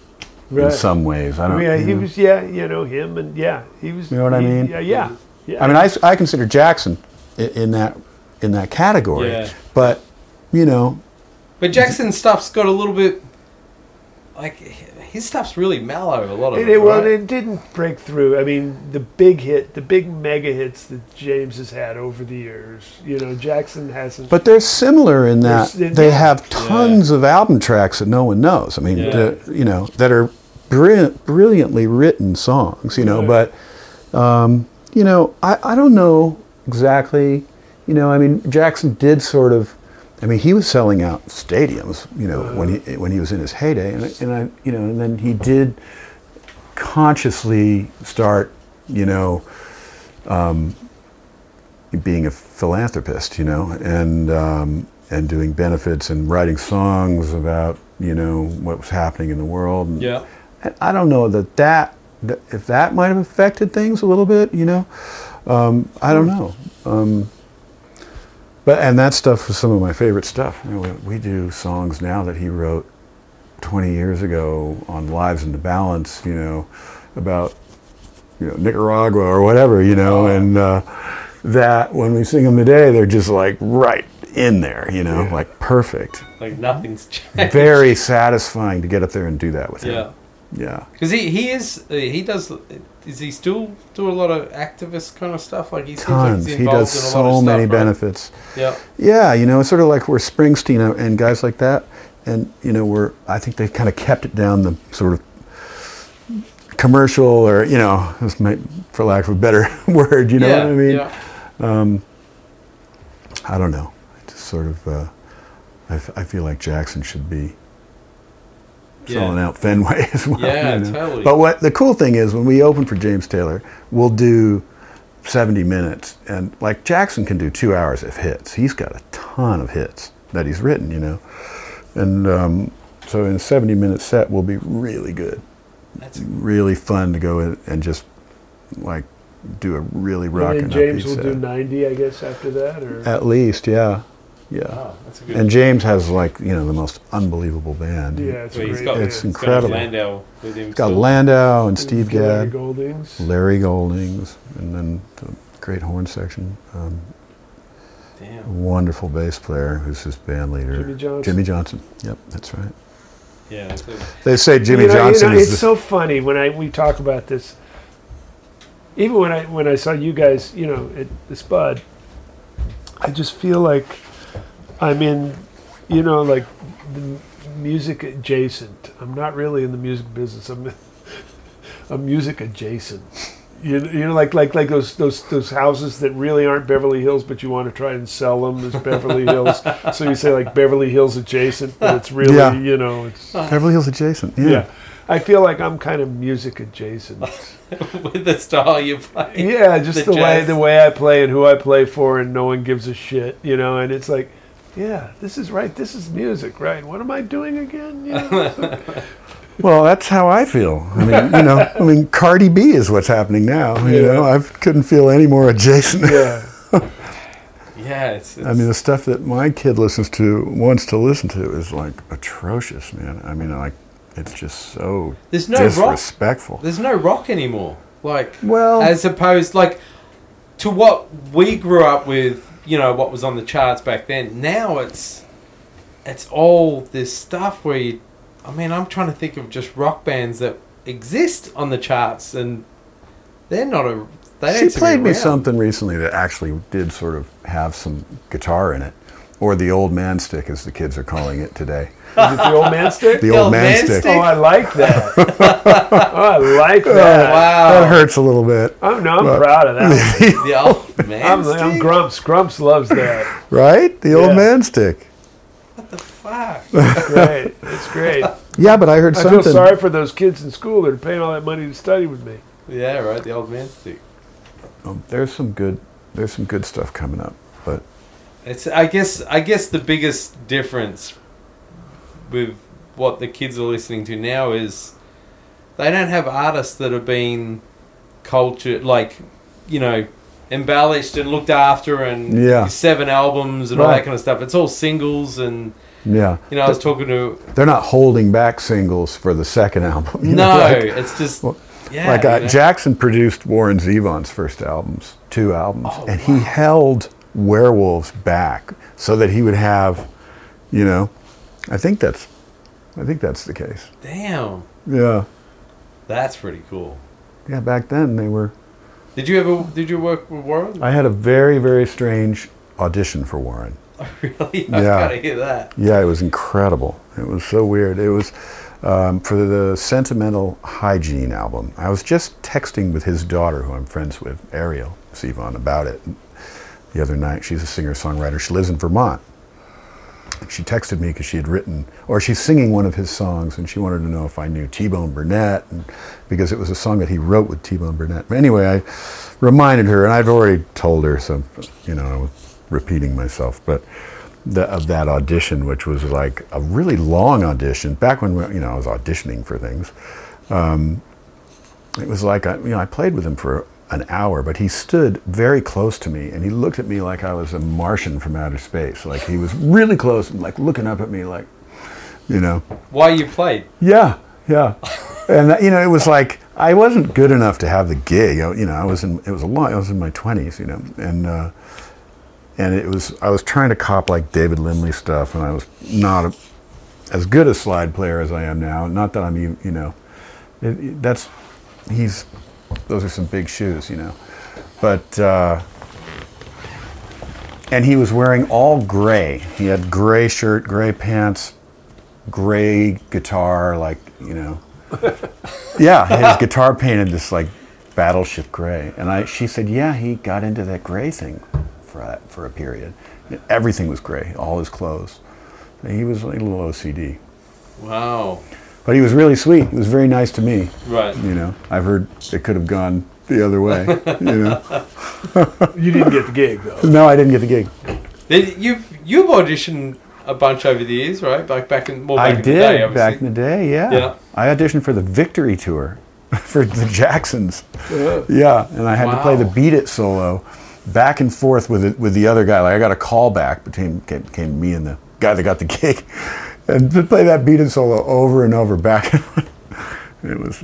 Speaker 3: in
Speaker 4: Right.
Speaker 3: some ways. I
Speaker 4: I
Speaker 3: don't.
Speaker 4: mean, yeah,
Speaker 3: you
Speaker 4: he
Speaker 3: know.
Speaker 4: was, yeah, you know, him and yeah, he was.
Speaker 3: You know what I
Speaker 4: he-
Speaker 3: mean?
Speaker 4: Yeah, yeah. yeah.
Speaker 3: I mean, I, s- I consider Jackson i- in that in that category,
Speaker 1: Yeah.
Speaker 3: but you know,
Speaker 1: But Jackson's stuff's got a little bit like his stuff's really mellow. A lot of
Speaker 4: It,
Speaker 1: it,
Speaker 4: it, well,
Speaker 1: right?
Speaker 4: it didn't break through. I mean, the big hit, the big mega hits that James has had over the years. You know, Jackson hasn't.
Speaker 3: But they're similar in that
Speaker 4: They're-
Speaker 3: they have tons of album tracks that no one knows. I mean,
Speaker 1: Yeah.
Speaker 3: the- you know, that are brilliant, brilliantly written songs. You know, but um, you know, I, I don't know exactly. You know, I mean, Jackson did sort of. I mean, he was selling out stadiums. You know, when he when he was in his heyday, and I, and I you know, and then he did consciously start. You know. um, being a philanthropist, you know, and um, and doing benefits and writing songs about you know what was happening in the world. And
Speaker 1: yeah.
Speaker 3: I- I don't know that that that- if that might have affected things a little bit, you know. Um, I don't know. Um, but and that stuff was some of my favorite stuff. You know, we, we do songs now that he wrote 20 years ago on Lives in the Balance, you know, about you know Nicaragua or whatever, you know, and uh, that when we sing them today, they're just like right in there, you know, like perfect.
Speaker 1: Like nothing's changed.
Speaker 3: Very satisfying to get up there and do that with him.
Speaker 1: Yeah.
Speaker 3: Yeah.
Speaker 1: Because he, he is uh, he does is he still do a lot of activist kind of stuff like he seems like
Speaker 3: tons.
Speaker 1: he's
Speaker 3: he
Speaker 1: involved
Speaker 3: does
Speaker 1: in a lot
Speaker 3: so
Speaker 1: of
Speaker 3: many
Speaker 1: stuff, right?
Speaker 3: benefits.
Speaker 1: Yeah,
Speaker 3: Yeah, you know, it's sort of like where Springsteen and guys like that, and you know, where I think they kind of kept it down the sort of commercial or you know, this might, for lack of a better word, you know
Speaker 1: yeah,
Speaker 3: what I mean?
Speaker 1: yeah.
Speaker 3: I don't know. I just sort of, uh, I, f- I feel like Jackson should be selling
Speaker 1: Yeah.
Speaker 3: out Fenway as well.
Speaker 1: Yeah,
Speaker 3: you know.
Speaker 1: totally.
Speaker 3: But what the cool thing is, when we open for James Taylor, we'll do 70 minutes, and like Jackson can do two hours of hits. He's got a ton of hits that he's written, you know, and um, so in a 70 minute set, we'll be really good,
Speaker 1: That's
Speaker 3: really fun to go in and just like do a really
Speaker 4: and
Speaker 3: rocking.
Speaker 4: then James will do 90, I guess, after that. Or
Speaker 3: at least, yeah, yeah.
Speaker 1: oh, that's a good.
Speaker 3: And James has like you know the most unbelievable band.
Speaker 4: yeah, it's
Speaker 1: so
Speaker 4: great.
Speaker 1: he's got,
Speaker 4: yeah.
Speaker 3: It's
Speaker 1: he's got
Speaker 3: incredible.
Speaker 1: Landau with him.
Speaker 3: He's got
Speaker 1: still.
Speaker 3: Landau and Steve
Speaker 4: Larry
Speaker 3: Gadd,
Speaker 4: Goldings.
Speaker 3: Larry Goldings, and then the great horn section. Um,
Speaker 1: Damn.
Speaker 3: wonderful bass player who's his band leader.
Speaker 4: Jimmy Johnson.
Speaker 3: Jimmy Johnson. Yep, that's right.
Speaker 1: Yeah. that's a-
Speaker 3: They say Jimmy
Speaker 4: You know- you
Speaker 3: Johnson
Speaker 4: know,
Speaker 3: is
Speaker 4: it's
Speaker 3: the,
Speaker 4: so funny when I we talk about this. Even when I when I saw you guys, you know, at the Spud, I just feel like I'm in, you know, like the music adjacent. I'm not really in the music business. I'm I'm music adjacent. You, you know, like like like those those those houses that really aren't Beverly Hills, but you want to try and sell them as Beverly Hills. so you say like Beverly Hills adjacent, but it's really
Speaker 3: Yeah.
Speaker 4: you know it's
Speaker 3: Beverly Hills adjacent. Yeah.
Speaker 4: uh, yeah. I feel like I'm kind of music adjacent.
Speaker 1: with the style you play.
Speaker 4: yeah, just
Speaker 1: The
Speaker 4: the, way
Speaker 1: jazz.
Speaker 4: the way I play and who I play for and no one gives a shit, you know, and it's like, yeah, this is right. This is music, right? What am I doing again? You know?
Speaker 3: Well, that's how I feel. I mean, you know, I mean, Cardi B is what's happening now. You
Speaker 4: Yeah.
Speaker 3: know, I couldn't feel any more adjacent.
Speaker 4: yeah.
Speaker 1: Yeah, it's, it's
Speaker 3: I mean, the stuff that my kid listens to, wants to listen to, is like atrocious, man. I mean, like, it's just so
Speaker 1: There's no rock.
Speaker 3: disrespectful.
Speaker 1: there's no rock anymore. Like
Speaker 3: Well-
Speaker 1: as opposed like to what we grew up with, you know, what was on the charts back then. Now it's it's all this stuff where you I mean, I'm trying to think of just rock bands that exist on the charts and they're not a they don't
Speaker 3: She
Speaker 1: seem to
Speaker 3: played
Speaker 1: be
Speaker 3: me
Speaker 1: around.
Speaker 3: something recently that actually did sort of have some guitar in it, or the old man stick, as the kids are calling it today.
Speaker 4: Is it the old man stick?
Speaker 3: The, old, man, stick.
Speaker 4: oh, I like that. oh, I like that.
Speaker 3: That
Speaker 1: Oh, Wow.
Speaker 3: hurts a little bit,
Speaker 4: I'm, no, I'm proud of that.
Speaker 1: The old man
Speaker 4: I'm,
Speaker 1: stick?
Speaker 4: I'm Grumps. Grumps loves that.
Speaker 3: right? The old
Speaker 4: Yeah.
Speaker 3: man stick.
Speaker 1: Fuck.
Speaker 4: Great. It's great.
Speaker 3: Yeah, but I heard
Speaker 4: I
Speaker 3: something.
Speaker 4: feel sorry for those kids in school that are paying all that money to study with me.
Speaker 1: Yeah, right, the old man stick.
Speaker 3: Um, there's some good. There's some good stuff coming up, but
Speaker 1: It's I guess I guess the biggest difference with what the kids are listening to now is they don't have artists that have been cultured like you know embellished and looked after and
Speaker 3: Yeah.
Speaker 1: seven albums and all
Speaker 3: Right.
Speaker 1: that kind of stuff. It's all singles and
Speaker 3: yeah,
Speaker 1: you know I was talking to
Speaker 3: they're not holding back singles for the second album. you
Speaker 1: no,
Speaker 3: know, like-
Speaker 1: it's just yeah,
Speaker 3: like
Speaker 1: you
Speaker 3: uh,
Speaker 1: know.
Speaker 3: Jackson produced Warren Zevon's first albums, two albums,
Speaker 1: Oh,
Speaker 3: and he held Werewolves back so that he would have, you know, I think that's I think that's the case.
Speaker 1: Damn,
Speaker 3: Yeah.
Speaker 1: that's pretty cool.
Speaker 3: Yeah, back then they were.
Speaker 1: Did you ever? Did you work with Warren?
Speaker 3: I had a very, very strange audition for Warren.
Speaker 1: really? I
Speaker 3: Yeah.
Speaker 1: gotta hear that.
Speaker 3: Yeah, it was incredible. It was so weird. It was um, for the Sentimental Hygiene album. I was just texting with his daughter, who I'm friends with, Ariel Sivan, about it the other night. She's a singer songwriter. She lives in Vermont. She texted me because she had written, or she's singing one of his songs, and she wanted to know if I knew T Bone Burnett, and, because it was a song that he wrote with T Bone Burnett. But anyway, I reminded her, and I'd already told her, so, you know, I was repeating myself, but the, of that audition, which was like a really long audition, back when, you know, I was auditioning for things it was like I, you know I played with him for an hour, but he stood very close to me and he looked at me like I was a Martian from outer space. Like he was really close and like looking up at me, like you know,
Speaker 1: Why you played?
Speaker 3: yeah, yeah. And you know, it was like I wasn't good enough to have the gig. I, you know, I was in it was a long. I was in my twenties, you know, and uh, and it was I was trying to cop like David Lindley stuff, and I was not a, as good a slide player as I am now. Not that I'm even, you know, it, it- that's he's those are some big shoes, you know, but. Uh, and he was wearing all gray. He had gray shirt, gray pants, gray guitar, like you know. yeah, his guitar painted this like battleship gray, and I she said, yeah, he got into that gray thing for a, for a period. Everything was gray, all his clothes. He was like a little OCD,
Speaker 1: Wow.
Speaker 3: but he was really sweet. He was very nice to me.
Speaker 1: Right.
Speaker 3: You know, I've heard it could have gone the other way. You know,
Speaker 4: You didn't get the gig though.
Speaker 3: no, I didn't get the gig.
Speaker 1: Then You've you've auditioned a bunch over the years, right? Like back in more back
Speaker 3: I
Speaker 1: in
Speaker 3: did
Speaker 1: the day, obviously.
Speaker 3: back in the day. Yeah.
Speaker 1: Yeah.
Speaker 3: I auditioned for the Victory Tour for the Jacksons.
Speaker 4: Yeah.
Speaker 3: Yeah, and I had to play the
Speaker 1: Wow.
Speaker 3: Beat It solo back and forth with the, with the other guy. Like I got a call back between came, between me and the guy that got the gig, and to play that Beat It solo over and over back. and forth. it was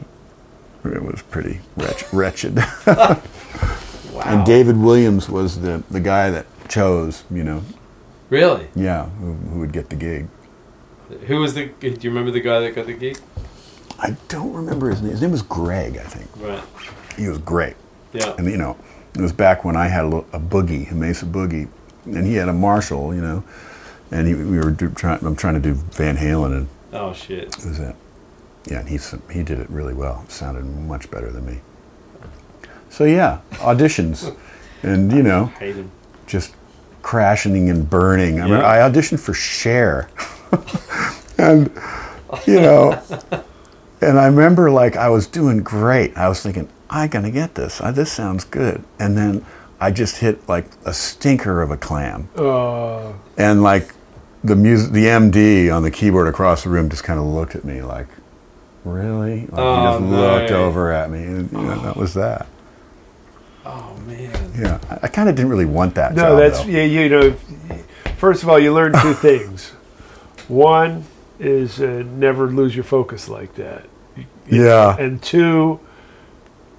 Speaker 3: it was pretty wretch, wretched. And David Williams was the the guy that chose. You know,
Speaker 1: Really?
Speaker 3: yeah, who, who would get the gig.
Speaker 1: Who was the? Do you remember the guy that got the gig?
Speaker 3: I don't remember his name. His name was Greg, I think.
Speaker 1: Right.
Speaker 3: He was great.
Speaker 1: Yeah.
Speaker 3: And, you know, it was back when I had a, little- a boogie, a Mesa boogie, and he had a Marshall, you know, and he, we were do, trying, I'm trying to do Van Halen, and
Speaker 1: Oh shit.
Speaker 3: it was it. Yeah, and he, s- he did it really well. It sounded much better than me. So, yeah, auditions. and, you know,
Speaker 1: Hate him.
Speaker 3: just crashing and burning. I, remember
Speaker 1: Yeah.
Speaker 3: I auditioned for Cher, and you know, and I remember like I was doing great. I was thinking, I'm gonna get this. I, this sounds good. And then I just hit like a stinker of a clam,
Speaker 4: Uh,
Speaker 3: and like the music, the MD on the keyboard across the room just kind of looked at me like, really? Like, he
Speaker 1: Oh,
Speaker 3: just looked
Speaker 1: no.
Speaker 3: over at me, and you know, that was that.
Speaker 1: Oh man.
Speaker 3: Yeah, I, I kind of didn't really want that.
Speaker 4: no,
Speaker 3: job,
Speaker 4: that's
Speaker 3: though.
Speaker 4: yeah. You know, first of all, you learn two things. One is uh, never lose your focus like that.
Speaker 3: yeah.
Speaker 4: and two,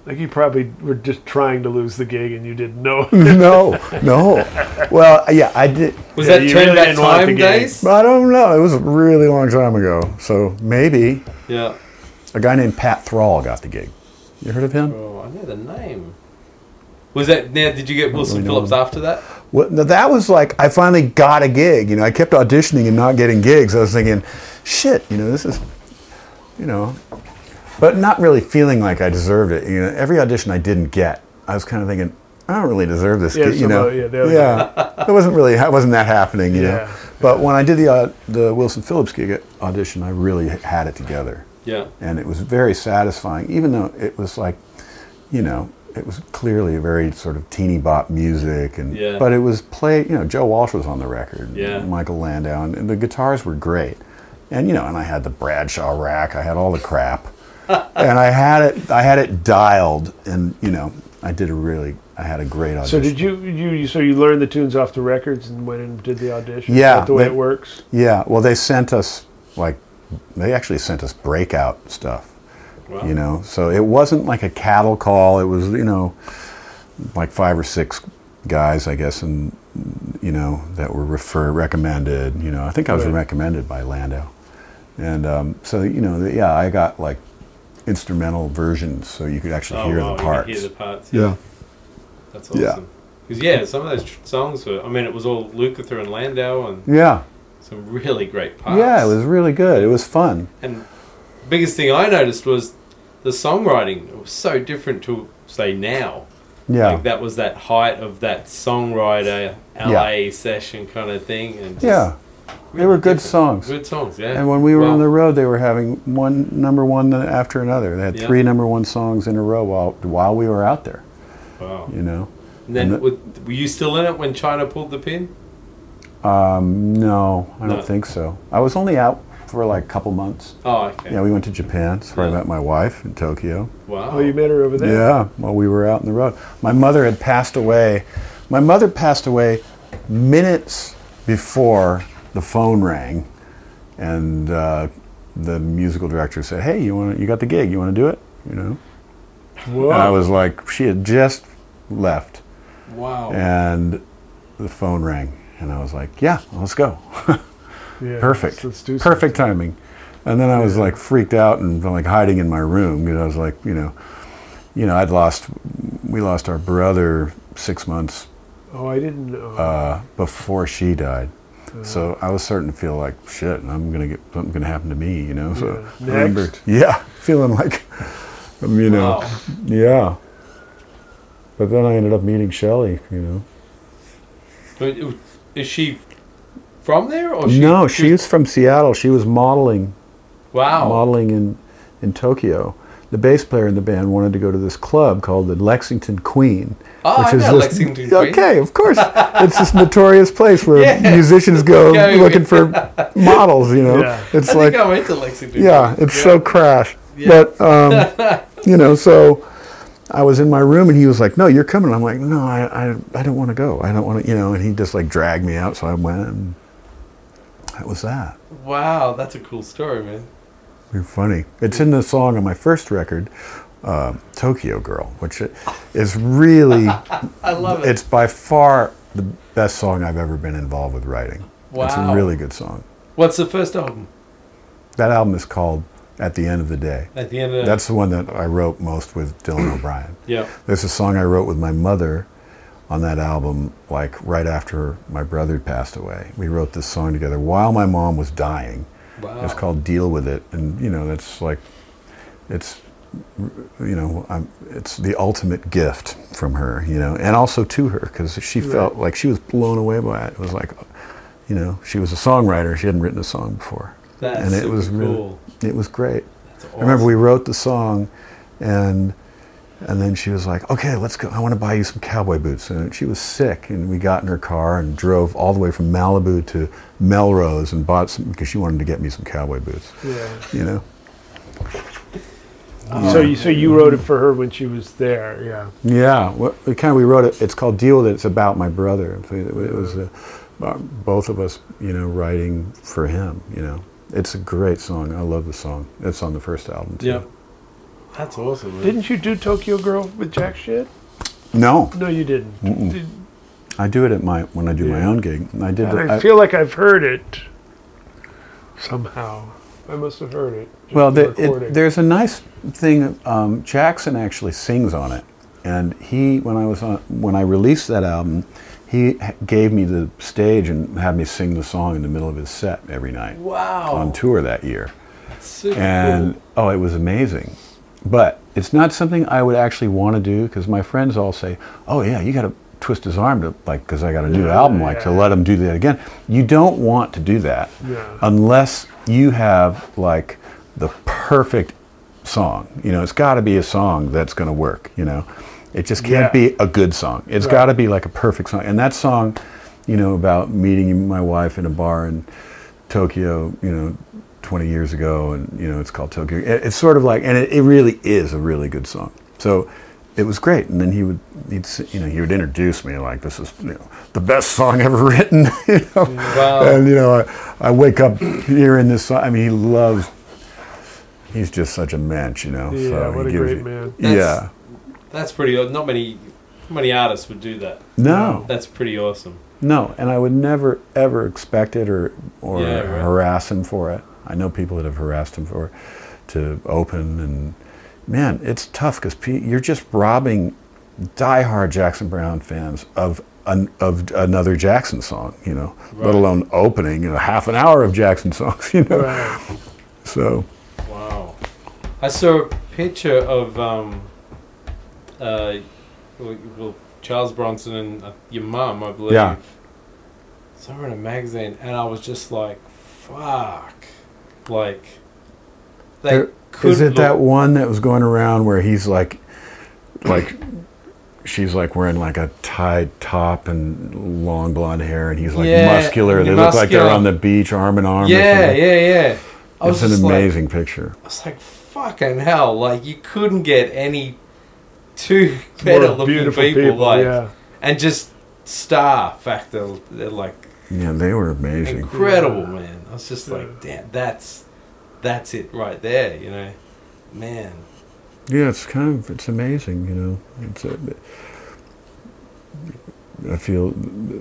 Speaker 4: like you probably were just trying to lose the gig and you didn't know.
Speaker 3: no, no. Well, yeah, I did.
Speaker 1: Was
Speaker 4: Yeah,
Speaker 1: that
Speaker 4: you
Speaker 1: turn
Speaker 4: really
Speaker 1: back
Speaker 4: didn't want
Speaker 1: time
Speaker 4: the gig.
Speaker 1: days?
Speaker 3: I don't know. It was a really long time ago. So maybe
Speaker 1: Yeah.
Speaker 3: a guy named Pat Thrall got the gig. You heard of him?
Speaker 1: Oh, I know the name. Was that now? Did you get Wilson
Speaker 3: really know
Speaker 1: Phillips after that?
Speaker 3: Well, no, that was like I finally got a gig. You know, I kept auditioning and not getting gigs. I was thinking, shit. You know, this is, you know, but not really feeling like I deserved it. You know, every audition I didn't get, I was kind of thinking, I don't really deserve this.
Speaker 4: Yeah,
Speaker 3: gig, you
Speaker 4: some
Speaker 3: know,
Speaker 4: of- yeah, they always-
Speaker 3: yeah. it wasn't really, it wasn't that happening. You
Speaker 4: Yeah.
Speaker 3: know, but when I did the uh, the Wilson Phillips gig audition, I really had it together.
Speaker 1: Yeah.
Speaker 3: and it was very satisfying even though it was like you know it was clearly very sort of teeny bop music and
Speaker 1: Yeah.
Speaker 3: but it was played you know joe walsh was on the record
Speaker 1: Yeah.
Speaker 3: michael landau and, and the guitars were great and you know and i had the bradshaw rack i had all the crap and i had it i had it dialed and you know i did a really i had a great
Speaker 4: so
Speaker 3: audition
Speaker 4: did you, you? So you learned the tunes off the records and went and did the audition. Is
Speaker 3: Yeah,
Speaker 4: that the way
Speaker 3: they-
Speaker 4: it works.
Speaker 3: yeah well they sent us like they actually sent us breakout stuff
Speaker 1: Wow.
Speaker 3: you know so it wasn't like a cattle call it was you know like five or six guys i guess and you know that were refer recommended you know i think i was
Speaker 4: Right.
Speaker 3: recommended by lando And um, so you know, the, yeah, I got like instrumental versions, so you could actually hear
Speaker 1: Oh, wow,
Speaker 3: the
Speaker 1: you can
Speaker 3: parts.
Speaker 1: Hear the parts.
Speaker 3: yeah,
Speaker 1: That's
Speaker 3: Yeah.
Speaker 1: awesome. Because yeah. some of those tr- songs were. I mean, it was all Lukather and Landau and
Speaker 3: yeah,
Speaker 1: some really great parts.
Speaker 3: yeah. It was really good. It was fun.
Speaker 1: And biggest thing I noticed was the songwriting was so different to say now.
Speaker 3: Yeah,
Speaker 1: Like that was that height of that songwriter LA session kind of thing. And just
Speaker 3: yeah. They were good
Speaker 1: different.
Speaker 3: songs.
Speaker 1: Good songs, yeah.
Speaker 3: And when we were
Speaker 1: Well,
Speaker 3: on the road, they were having one number one after another. They had
Speaker 1: Yeah.
Speaker 3: three number one songs in a row while while we were out there.
Speaker 1: wow.
Speaker 3: You know,
Speaker 1: And then
Speaker 3: and the-
Speaker 1: with, were you still in it when China pulled the pin?
Speaker 3: no, I
Speaker 1: No.
Speaker 3: don't think so. I was only out for like a couple months.
Speaker 1: Oh, okay.
Speaker 3: Yeah, we went to Japan. That's where
Speaker 1: Yeah.
Speaker 3: I met my wife in Tokyo.
Speaker 1: wow.
Speaker 4: Oh, you met her over there.
Speaker 3: Yeah, while we were out on the road. My mother had passed away. My mother passed away minutes before the phone rang, and uh, the musical director said, "Hey, you want you got the gig? You want to do it?" You know.
Speaker 4: Whoa.
Speaker 3: And I was like, she had just left,
Speaker 4: Oh.
Speaker 1: wow.
Speaker 3: and the phone rang, and I was like, yeah, let's go.
Speaker 4: Yeah,
Speaker 3: Perfect.
Speaker 4: Let's, let's do something.
Speaker 3: Perfect timing. And then I was like freaked out and like hiding in my room because I was like, you know, you know, I'd lost, we lost our brother six months
Speaker 4: Oh, I didn't know.
Speaker 3: uh, before she died.
Speaker 4: Uh.
Speaker 3: So I was starting to feel like shit, and I'm gonna get something gonna happen to me, you know. So
Speaker 4: Yeah.
Speaker 3: I remember-
Speaker 4: Next.
Speaker 3: yeah, feeling like, um, you know,
Speaker 1: Wow.
Speaker 3: yeah. But then I ended up meeting Shelley, you know.
Speaker 1: But it- Is she from there? or Oh, she, Oh.
Speaker 3: no, she was from Seattle. She was modeling,
Speaker 1: Wow.
Speaker 3: modeling in in Tokyo. The bass player in the band wanted to go to this club called the Lexington Queen.
Speaker 1: Oh, I know
Speaker 3: this-
Speaker 1: Lexington Queen.
Speaker 3: Okay, of course. it's this notorious place where
Speaker 1: Yeah.
Speaker 3: musicians go
Speaker 1: Okay.
Speaker 3: looking for models, you know.
Speaker 4: Yeah.
Speaker 3: It's
Speaker 1: I
Speaker 3: like
Speaker 1: think I went to Lexington.
Speaker 3: Yeah, it's so crash. But um, you know, so I was in my room and he was like, "No, you're coming." I'm like, "No, I, I, I don't want to go. I don't want to," you know. And he just like dragged me out, so I went. And that was that.
Speaker 1: Wow, that's a cool story, man.
Speaker 3: You're funny. It's in the song on my first record, uh, "Tokyo Girl," which is really
Speaker 1: I love it.
Speaker 3: it's by far the best song I've ever been involved with writing. It's
Speaker 1: Wow.
Speaker 3: a really good song.
Speaker 1: What's the first album?
Speaker 3: That album is called "At the End of the Day."
Speaker 1: At the end of
Speaker 3: That's the one that I wrote most with Dylan O'Brien.
Speaker 1: yeah.
Speaker 3: There's a song I wrote with my mother on that album, like right after my brother passed away. We wrote this song together while my mom was dying.
Speaker 1: Wow.
Speaker 3: It's called "Deal with It," and you know that's like, it's, you know, i it's the ultimate gift from her, you know, and also to her because she felt like she was blown away by it. It was like, you know, she was a songwriter. She hadn't written a song before,
Speaker 1: That's
Speaker 3: and it
Speaker 1: super
Speaker 3: was really,
Speaker 1: cool.
Speaker 3: it was great.
Speaker 1: That's
Speaker 3: I remember
Speaker 1: awesome.
Speaker 3: we wrote the song, and and then she was like, "Okay, let's go. I want to buy you some cowboy boots." And she was sick, and we got in her car and drove all the way from Malibu to Melrose and bought some because she wanted to get me some cowboy boots.
Speaker 4: Yeah.
Speaker 3: You know? um,
Speaker 4: So you so you wrote it for her when she was there. Yeah.
Speaker 3: Yeah. What, we kind of we wrote it. It's called "Deal with It." It's about my brother. So It, it was uh, uh, both of us, you know, writing for him. You know, it's a great song. I love the song. It's on the first album. Too.
Speaker 1: Yeah. That's awesome, man.
Speaker 4: Didn't you do Tokyo Girl with Jack Shit?
Speaker 3: No,
Speaker 4: No, you didn't. Did-
Speaker 3: I do it at my when I do my
Speaker 4: Yeah.
Speaker 3: own gig. I did. the-
Speaker 4: I,
Speaker 3: I-
Speaker 4: feel like I've heard it somehow. I must have heard it. just
Speaker 3: Well,
Speaker 4: the
Speaker 3: the,
Speaker 4: recording.
Speaker 3: it, there's a nice thing. Um, Jackson actually sings on it, and he, when I was on, when I released that album, he h- gave me the stage and had me sing the song in the middle of his set every night
Speaker 1: Wow.
Speaker 3: on tour that year.
Speaker 1: Super
Speaker 3: And
Speaker 1: cool.
Speaker 3: oh, it was amazing. But it's not something I would actually want to do because my friends all say, "Oh yeah, you got to twist his arm to like because I got a new album like to
Speaker 4: yeah.
Speaker 3: let him do that again." You don't want to do that
Speaker 4: Yeah.
Speaker 3: unless you have like the perfect song. You know, it's got to be a song that's going to work. You know, it just can't
Speaker 4: Yeah.
Speaker 3: be a good song. It's
Speaker 4: Right.
Speaker 3: got to be like a perfect song. And that song, you know, about meeting my wife in a bar in Tokyo, you know, 20 years ago, and you know, it's called Tokyo. It- it's sort of like, and it, it really is a really good song. So. It was great, and then he would, he'd, s- you know, he would introduce me like this is, you know, the best song ever written, you know,
Speaker 1: Wow.
Speaker 3: and you know, I, I wake up hearing this song. I mean, he loves. He's just such a mensch, you know.
Speaker 4: Yeah,
Speaker 3: so
Speaker 4: what
Speaker 3: he
Speaker 4: a
Speaker 3: gives
Speaker 4: great
Speaker 3: you-
Speaker 4: man.
Speaker 3: Yeah.
Speaker 1: That's- That's pretty aw- not many not many artists would do that.
Speaker 3: no,
Speaker 1: That's pretty awesome.
Speaker 3: no, and I would never ever expect it or or
Speaker 1: Yeah, right.
Speaker 3: harass him for it. I know people that have harassed him for to open, and man, it's tough because you're just robbing diehard Jackson Brown fans of. An, of another Jackson song, you know, let alone opening you know, half an hour of Jackson songs, you know. So
Speaker 1: Wow. I saw a picture of um, uh, well, well, Charles Bronson and uh, your mum, I believe.
Speaker 3: Yeah.
Speaker 1: Saw her in a magazine, and I was just like, "Fuck!" Like, they
Speaker 3: There-
Speaker 1: could
Speaker 3: Is it
Speaker 1: look-
Speaker 3: that one that was going around where he's like, like, she's like wearing like a tied top and long blonde hair, and he's like
Speaker 1: Yeah,
Speaker 3: muscular. They look like they're
Speaker 1: muscular.
Speaker 3: on the beach, arm in arm. or
Speaker 1: Yeah,
Speaker 3: something.
Speaker 1: yeah, yeah. I was
Speaker 3: It's an
Speaker 1: just like-
Speaker 3: amazing picture.
Speaker 1: I was like, "Fucking hell!" Like, you couldn't get any two
Speaker 4: More
Speaker 1: better-looking
Speaker 4: beautiful
Speaker 1: people, like,
Speaker 4: yeah.
Speaker 1: and just star factor, they're like
Speaker 3: Yeah, they were amazing.
Speaker 1: incredible man i was just like damn that's that's it right there you know man
Speaker 3: Yeah, it's kind of it's amazing, you know. It's a, I feel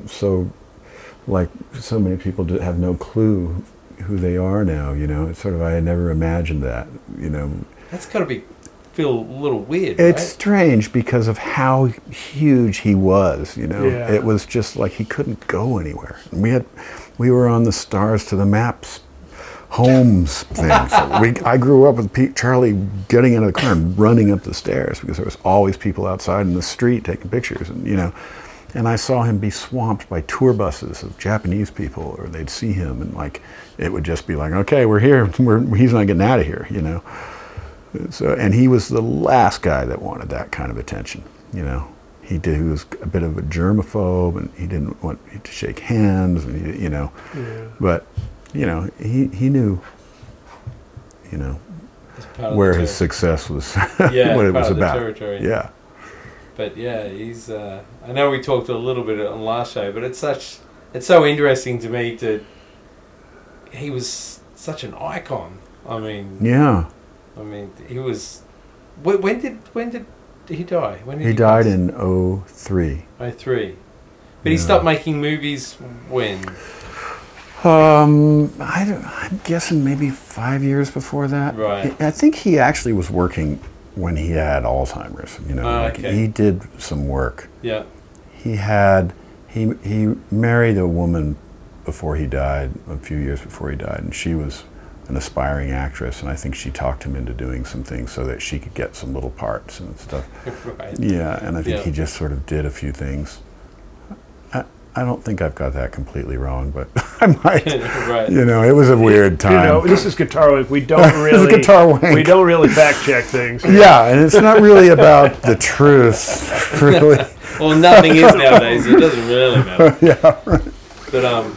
Speaker 3: so like so many people do- have no clue who they are now. You know, it's sort of I had never imagined that. You know,
Speaker 1: that's got to be feel a little weird
Speaker 3: It's
Speaker 1: right?
Speaker 3: strange because of how huge he was. You know,
Speaker 4: Yeah.
Speaker 3: it was just like he couldn't go anywhere. And we had, we were on the stars to the maps, homes thing. So we, I grew up with Pete, Charlie getting out of the car and running up the stairs because there was always people outside in the street taking pictures, and you know. And I saw him be swamped by tour buses of Japanese people, or they'd see him, and like, it would just be like, okay, we're here. We're, he's not getting out of here, you know. So, and he was the last guy that wanted that kind of attention. You know, he did. He was a bit of a germaphobe, and he didn't want to shake hands, and he, you know, but you know, he he knew, you know,
Speaker 1: It's part of
Speaker 3: where
Speaker 1: the
Speaker 3: his
Speaker 1: ter-
Speaker 3: success was,
Speaker 1: Yeah,
Speaker 3: what it
Speaker 1: part
Speaker 3: was
Speaker 1: of the
Speaker 3: about.
Speaker 1: territory.
Speaker 3: Yeah,
Speaker 1: but yeah he's uh i know we talked a little bit on last show but it's such it's so interesting to me to he was such an icon i mean
Speaker 3: yeah.
Speaker 1: i mean he was when, when did when did he die when did
Speaker 3: He died
Speaker 1: pass?
Speaker 3: in '03.
Speaker 1: 03 but he
Speaker 3: Yeah.
Speaker 1: stopped making movies when
Speaker 3: Um, I don't, I'm guessing maybe five years before that.
Speaker 1: Right.
Speaker 3: I I think he actually was working when he had Alzheimer's. You know,
Speaker 1: Ah,
Speaker 3: like,
Speaker 1: okay.
Speaker 3: he did some work.
Speaker 1: yeah
Speaker 3: he had he he married a woman before he died a few years before he died and she was an aspiring actress and i think she talked him into doing some things so that she could get some little parts and stuff
Speaker 1: right
Speaker 3: yeah and i think
Speaker 1: Yeah.
Speaker 3: he just sort of did a few things i i don't think i've got that completely wrong but i might
Speaker 1: right
Speaker 3: you know it was a weird time
Speaker 4: You know, this is Guitar Week. We don't
Speaker 3: This is
Speaker 4: really
Speaker 3: Guitar Week.
Speaker 4: We don't really fact check things.
Speaker 3: yeah and it's not really about the truth really
Speaker 1: Well, nothing is nowadays. It doesn't really matter. yeah. But um,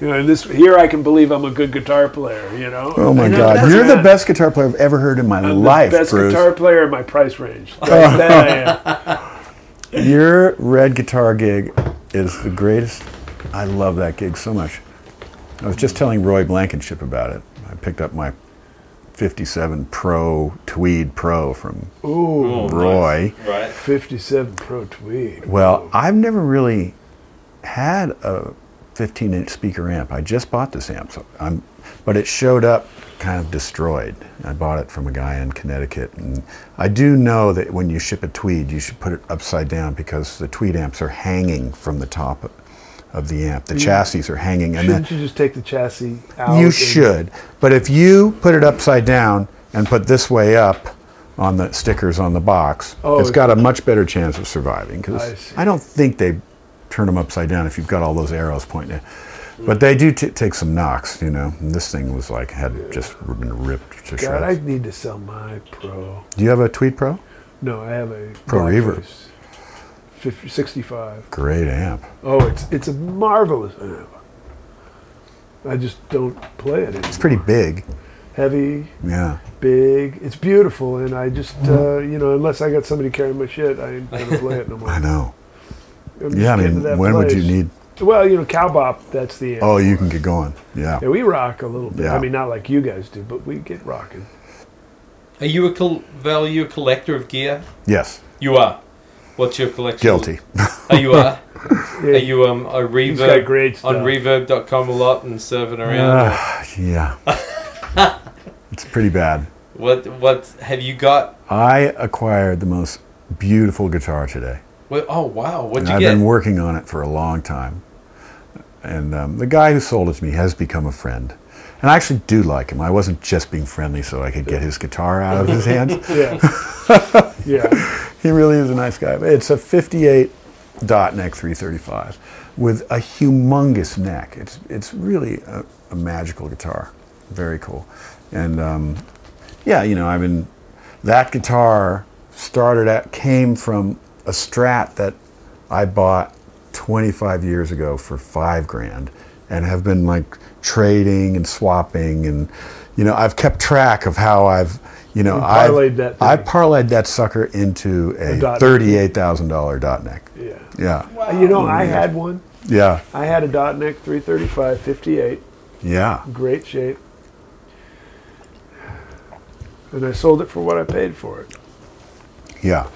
Speaker 4: You know, this here I can believe I'm a good guitar player. You know,
Speaker 3: oh my
Speaker 4: You know,
Speaker 3: god
Speaker 4: that's
Speaker 3: you're the
Speaker 4: not-
Speaker 3: best guitar player i've ever heard in my
Speaker 4: I'm
Speaker 3: life
Speaker 4: the best
Speaker 3: Bruce.
Speaker 4: guitar player in my price range. Like, that I am.
Speaker 3: Your red guitar gig is the greatest. I love that gig so much. I was just telling Roy Blankenship about it. I picked up my 57 Pro Tweed Pro from
Speaker 1: oh,
Speaker 3: Roy.
Speaker 1: nice. right?
Speaker 4: 57 Pro Tweed.
Speaker 3: Well, I've never really had a 15 inch speaker amp. I just bought this amp, so I'm, but it showed up kind of destroyed. I bought it from a guy in Connecticut. And I do know that when you ship a tweed, you should put it upside down because the tweed amps are hanging from the top of, of the amp. The chassis are hanging. And
Speaker 4: Shouldn't
Speaker 3: then
Speaker 4: you just take the chassis out?
Speaker 3: you
Speaker 4: and-
Speaker 3: should. But if you put it upside down and put this way up on the stickers on the box,
Speaker 4: Oh,
Speaker 3: it's got a much better chance of surviving
Speaker 4: I
Speaker 3: because
Speaker 4: see.
Speaker 3: I, don't think they turn them upside down if you've got all those arrows pointing. At. But they do t- take some knocks, you know. And this thing was like had just been ripped to
Speaker 4: God, I
Speaker 3: shreds.
Speaker 4: need to sell my Pro.
Speaker 3: do you have a Tweed Pro?
Speaker 4: No, I have a
Speaker 3: Pro
Speaker 4: Black
Speaker 3: Reverb.
Speaker 4: Face 50, 65.
Speaker 3: Great amp.
Speaker 4: Oh, it's it's a marvelous amp. I just don't play it. Anymore.
Speaker 3: It's pretty big.
Speaker 4: heavy,
Speaker 3: Yeah.
Speaker 4: big. It's beautiful, and I just
Speaker 3: Mm-hmm.
Speaker 4: uh, you know unless I got somebody carrying my shit, I ain't gonna play it no more.
Speaker 3: I know.
Speaker 4: I'm just
Speaker 3: Yeah, I
Speaker 4: getting
Speaker 3: mean,
Speaker 4: to that
Speaker 3: when would you
Speaker 4: place.
Speaker 3: need?
Speaker 4: Well, you know, cowbop. That's the amp.
Speaker 3: Oh, you can get going. Yeah.
Speaker 4: Yeah, we rock a little bit.
Speaker 3: Yeah.
Speaker 4: I mean, not like you guys do, but we get rocking.
Speaker 1: Are you a col- Val? Are you a collector of gear?
Speaker 3: Yes.
Speaker 1: You are. What's your collection?
Speaker 3: Guilty.
Speaker 1: Are you are?
Speaker 4: Yeah.
Speaker 1: Are you um a reverb
Speaker 4: got great
Speaker 1: on
Speaker 4: stuff.
Speaker 1: reverb.com a lot and surfing around?
Speaker 3: Uh, yeah. It's pretty bad.
Speaker 1: What what have you got?
Speaker 3: I acquired the most beautiful guitar today.
Speaker 1: What, oh wow, what'd
Speaker 3: And
Speaker 1: you
Speaker 3: I've
Speaker 1: get?
Speaker 3: been working on it for a long time. And um, the guy who sold it to me has become a friend. And I actually do like him. I wasn't just being friendly so I could get his guitar out of his hands.
Speaker 4: Yeah. yeah.
Speaker 3: He really is a nice guy. But It's a 58 dot neck 335 with a humongous neck. It's, it's really a, a magical guitar. Very cool. And um, yeah, you know, I've been, that guitar started at, came from a strat that I bought 25 years ago for five grand and have been like trading and swapping and, you know, I've kept track of how I've, you know, I've,
Speaker 4: parlayed that
Speaker 3: I
Speaker 4: thing.
Speaker 3: parlayed that sucker into a
Speaker 4: A dot neck.
Speaker 3: $38,000 dot neck.
Speaker 4: Yeah.
Speaker 3: Yeah.
Speaker 4: You know, I had one.
Speaker 3: Yeah.
Speaker 4: I had a dot neck 335 58,
Speaker 3: Yeah.
Speaker 4: great shape. And I sold it for what I paid for it.
Speaker 3: Yeah.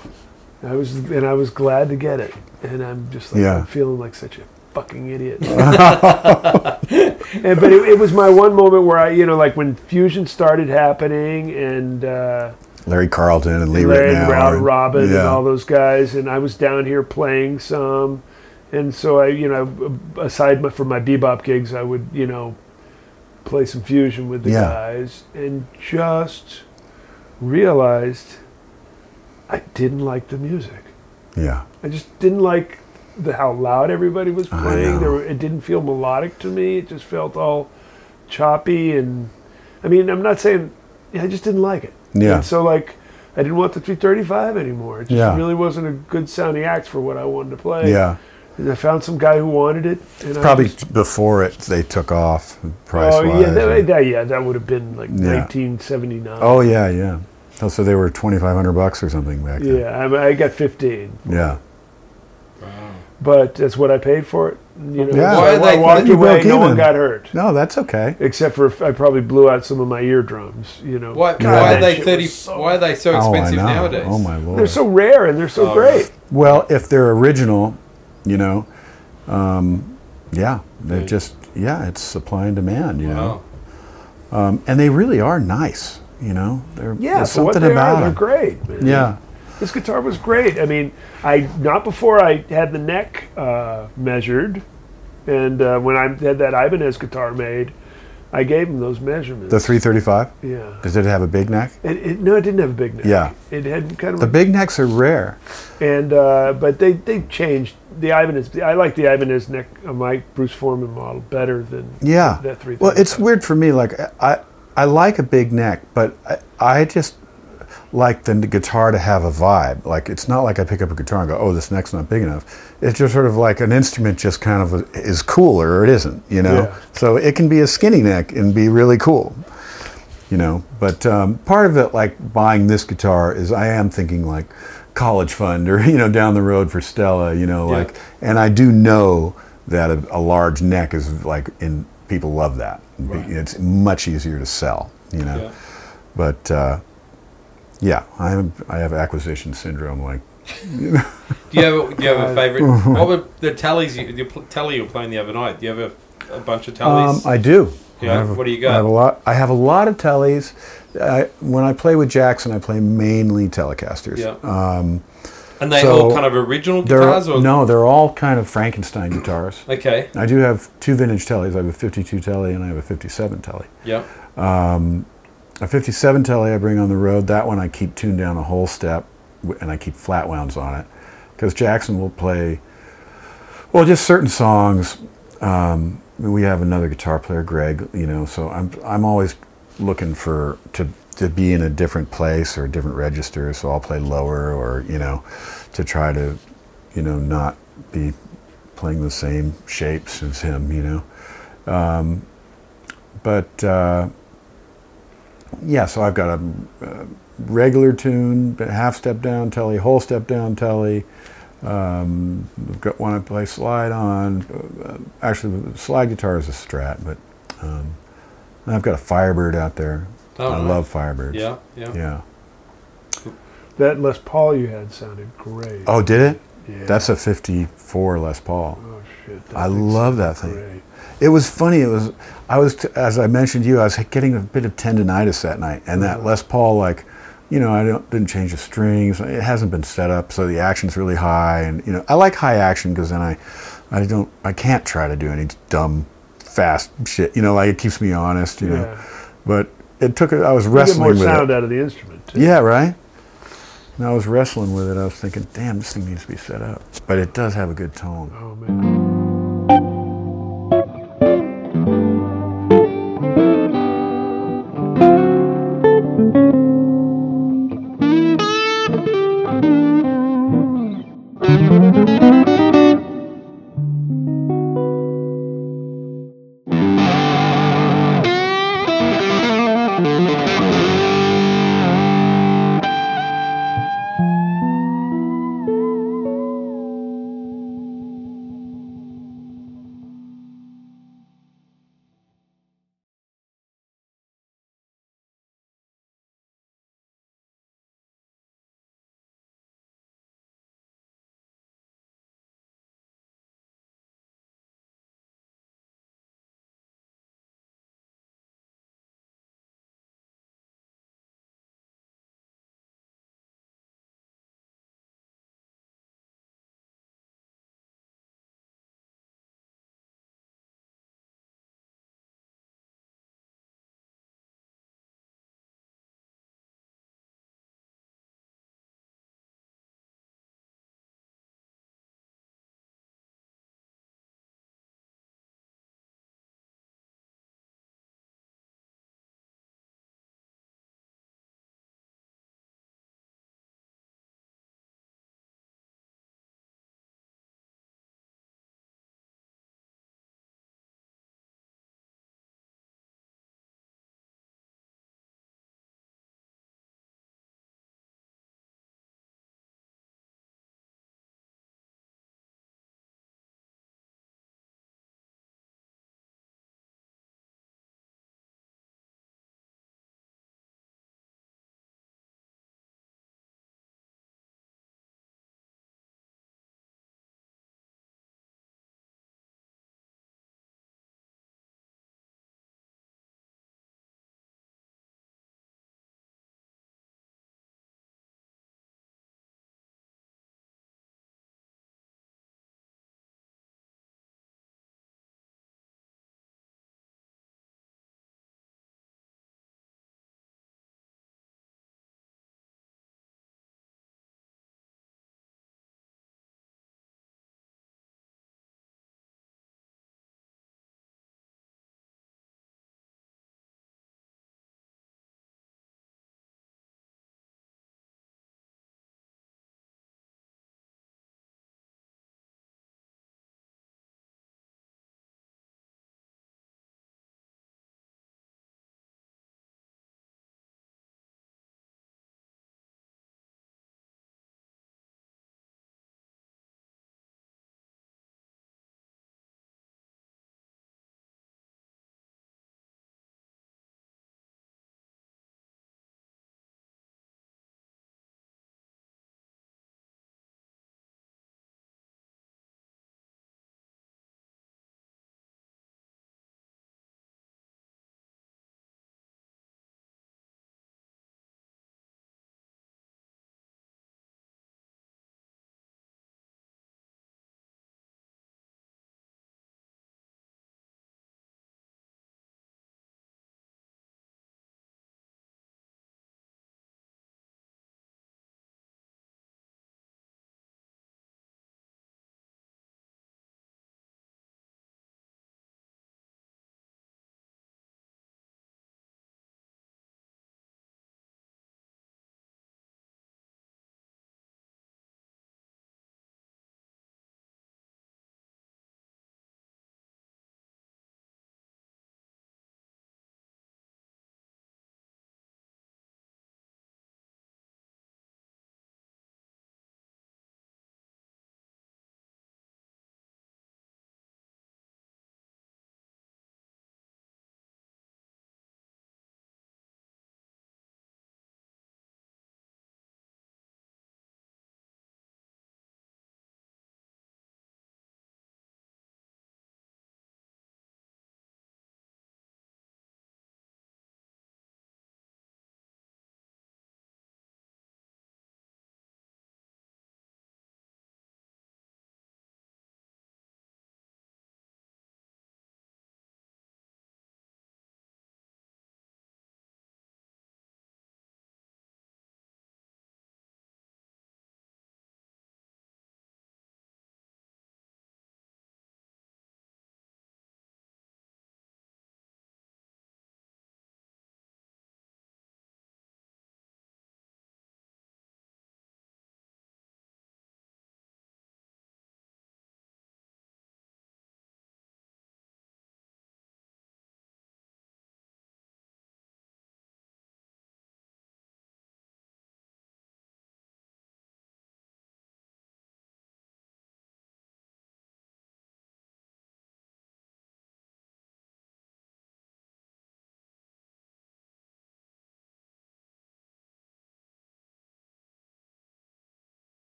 Speaker 4: I was and I was glad to get it. And I'm just like
Speaker 3: Yeah.
Speaker 4: I'm feeling like such a fucking idiot. and, but it, it was my one moment where I, you know, like when fusion started happening and uh,
Speaker 3: Larry Carlton and Lee
Speaker 4: Larry
Speaker 3: Ritenour
Speaker 4: Round
Speaker 3: and-
Speaker 4: Robin and
Speaker 3: yeah.
Speaker 4: all those guys, and I was down here playing some, and so I, you know, aside my- from my bebop gigs, I would, you know, play some fusion with the
Speaker 3: Yeah.
Speaker 4: guys, and just realized I didn't like the music.
Speaker 3: Yeah.
Speaker 4: I just didn't like the how loud everybody was
Speaker 3: I
Speaker 4: playing. There
Speaker 3: know.
Speaker 4: were, it didn't feel melodic to me. It just felt all choppy and I mean, I'm not saying I just didn't like it.
Speaker 3: Yeah.
Speaker 4: And so like I didn't want the 335 anymore. It just
Speaker 3: Yeah.
Speaker 4: really wasn't a good sounding act for what I wanted to play.
Speaker 3: Yeah.
Speaker 4: And I found some guy who wanted it. And I
Speaker 3: Probably
Speaker 4: just-
Speaker 3: before it, they took off price
Speaker 4: uh, oh
Speaker 3: wise.
Speaker 4: yeah, that, that- yeah, that would have been like
Speaker 3: Yeah.
Speaker 4: 1979.
Speaker 3: oh yeah, yeah. Oh, so they were twenty five hundred bucks or something back then.
Speaker 4: yeah. I, I got 15,
Speaker 3: Yeah.
Speaker 4: but that's what I paid for it. You know,
Speaker 3: Yeah.
Speaker 4: so
Speaker 1: Why are
Speaker 4: I
Speaker 1: they-
Speaker 4: walked
Speaker 3: You
Speaker 4: away.
Speaker 3: broke
Speaker 4: No one
Speaker 3: even.
Speaker 4: got hurt.
Speaker 3: No, that's okay.
Speaker 4: except for I probably blew out some of my eardrums. You know,
Speaker 1: Why,
Speaker 4: God,
Speaker 1: why are
Speaker 4: that
Speaker 1: they
Speaker 4: shit
Speaker 1: thirty?
Speaker 4: was so-
Speaker 1: why are they so expensive
Speaker 3: oh, I know.
Speaker 1: nowadays?
Speaker 3: Oh my lord.
Speaker 4: They're so rare and they're so
Speaker 1: Oh,
Speaker 4: great.
Speaker 3: well, if they're original, you know, um, yeah, they're
Speaker 1: Mm.
Speaker 3: just yeah, it's supply and demand, you know,
Speaker 1: Wow.
Speaker 3: Um, and they really are nice, you know. They're,
Speaker 4: Yeah,
Speaker 3: there's
Speaker 4: for what
Speaker 3: something
Speaker 4: they
Speaker 3: about
Speaker 4: are, they're
Speaker 3: them.
Speaker 4: great. man.
Speaker 3: Yeah,
Speaker 4: this guitar was great. I mean, I not before I had the neck uh, measured, and uh, when I had that Ibanez guitar made, I gave him those measurements.
Speaker 3: the three thirty five.
Speaker 4: yeah.
Speaker 3: Does it have a big neck?
Speaker 4: It, it, no, it didn't have a big neck.
Speaker 3: Yeah.
Speaker 4: it had kind of
Speaker 3: The
Speaker 4: a
Speaker 3: big necks are rare.
Speaker 4: and uh, but they they changed the Ibanez. I like the Ibanez neck on my Bruce Foreman model better than
Speaker 3: Yeah.
Speaker 4: that three.
Speaker 3: Well, it's weird for me. Like I, I like a big neck, but I, I just like the guitar to have a vibe. Like it's not like I pick up a guitar and go, "Oh, this neck's not big enough." It's just sort of like an instrument just kind of is cooler or it isn't. You know.
Speaker 4: Yeah.
Speaker 3: So it can be a skinny neck and be really cool. You know. But um, part of it, like buying this guitar, is I am thinking like college fund or you know down the road for Stella. You know,
Speaker 1: Yeah.
Speaker 3: like and I do know that a, a large neck is like in people love that. It's much easier to sell, you know.
Speaker 1: Yeah.
Speaker 3: But uh, yeah, I am I have acquisition syndrome. Like
Speaker 1: Do you have a, do you have a favorite? what were the tallies? You, the pl- tally you were playing the other night? Do you have a, a bunch of
Speaker 3: um,
Speaker 1: tallies?
Speaker 3: I do.
Speaker 1: Yeah,
Speaker 3: I have, a-
Speaker 1: what do you got?
Speaker 3: I have a lot. I have a lot of tellies. I, when I play with Jackson, I play mainly Telecasters.
Speaker 1: yeah. and they
Speaker 3: um, so
Speaker 1: all kind of original
Speaker 3: They're-
Speaker 1: guitars, or
Speaker 3: no, they're all kind of Frankenstein guitars.
Speaker 1: Okay.
Speaker 3: I do have two vintage tellies. I have a 52 telly and I have a 57 telly.
Speaker 1: Yeah.
Speaker 3: A 57 telly I bring on the road. That one I keep tuned down a whole step, w- and I keep flat wounds on it, because Jackson will play, well, just certain songs. Um, we have another guitar player, Greg. You know, so I'm I'm always looking for to to be in a different place or a different register. So I'll play lower, or you know, to try to, you know, not be playing the same shapes as him. You know, um, but. Uh, yeah, so I've got a, uh regular tune, but half step down telly, whole step down telly. Um, I've got one I play slide on. Uh, uh, Actually, the slide guitar is a Strat, but um, and I've got a Firebird out there.
Speaker 1: Oh,
Speaker 3: I
Speaker 1: nice.
Speaker 3: love Firebirds.
Speaker 1: yeah. Yeah.
Speaker 3: Yeah.
Speaker 4: That Les Paul you had sounded great.
Speaker 3: Oh, did it?
Speaker 4: Yeah.
Speaker 3: That's a '54 Les Paul.
Speaker 4: Oh, shit. good. That
Speaker 3: I
Speaker 4: thing's
Speaker 3: love that
Speaker 4: great.
Speaker 3: thing. It was funny. It was I was t- as I mentioned to you. I was getting a bit of tendonitis that night, and that Les Paul like, you know, I don't, didn't change the strings. It hasn't been set up, so the action's really high. And you know, I like high action because then I, I don't, I can't try to do any dumb, fast shit. You know, like it keeps me honest. You know,
Speaker 4: Yeah.
Speaker 3: but it took. a- I was
Speaker 4: You get
Speaker 3: wrestling
Speaker 4: more
Speaker 3: with
Speaker 4: sound
Speaker 3: it.
Speaker 4: out of the instrument. Too.
Speaker 3: Yeah, right. And I was wrestling with it. I was thinking, damn, this thing needs to be set up, but it does have a good tone.
Speaker 4: Oh man.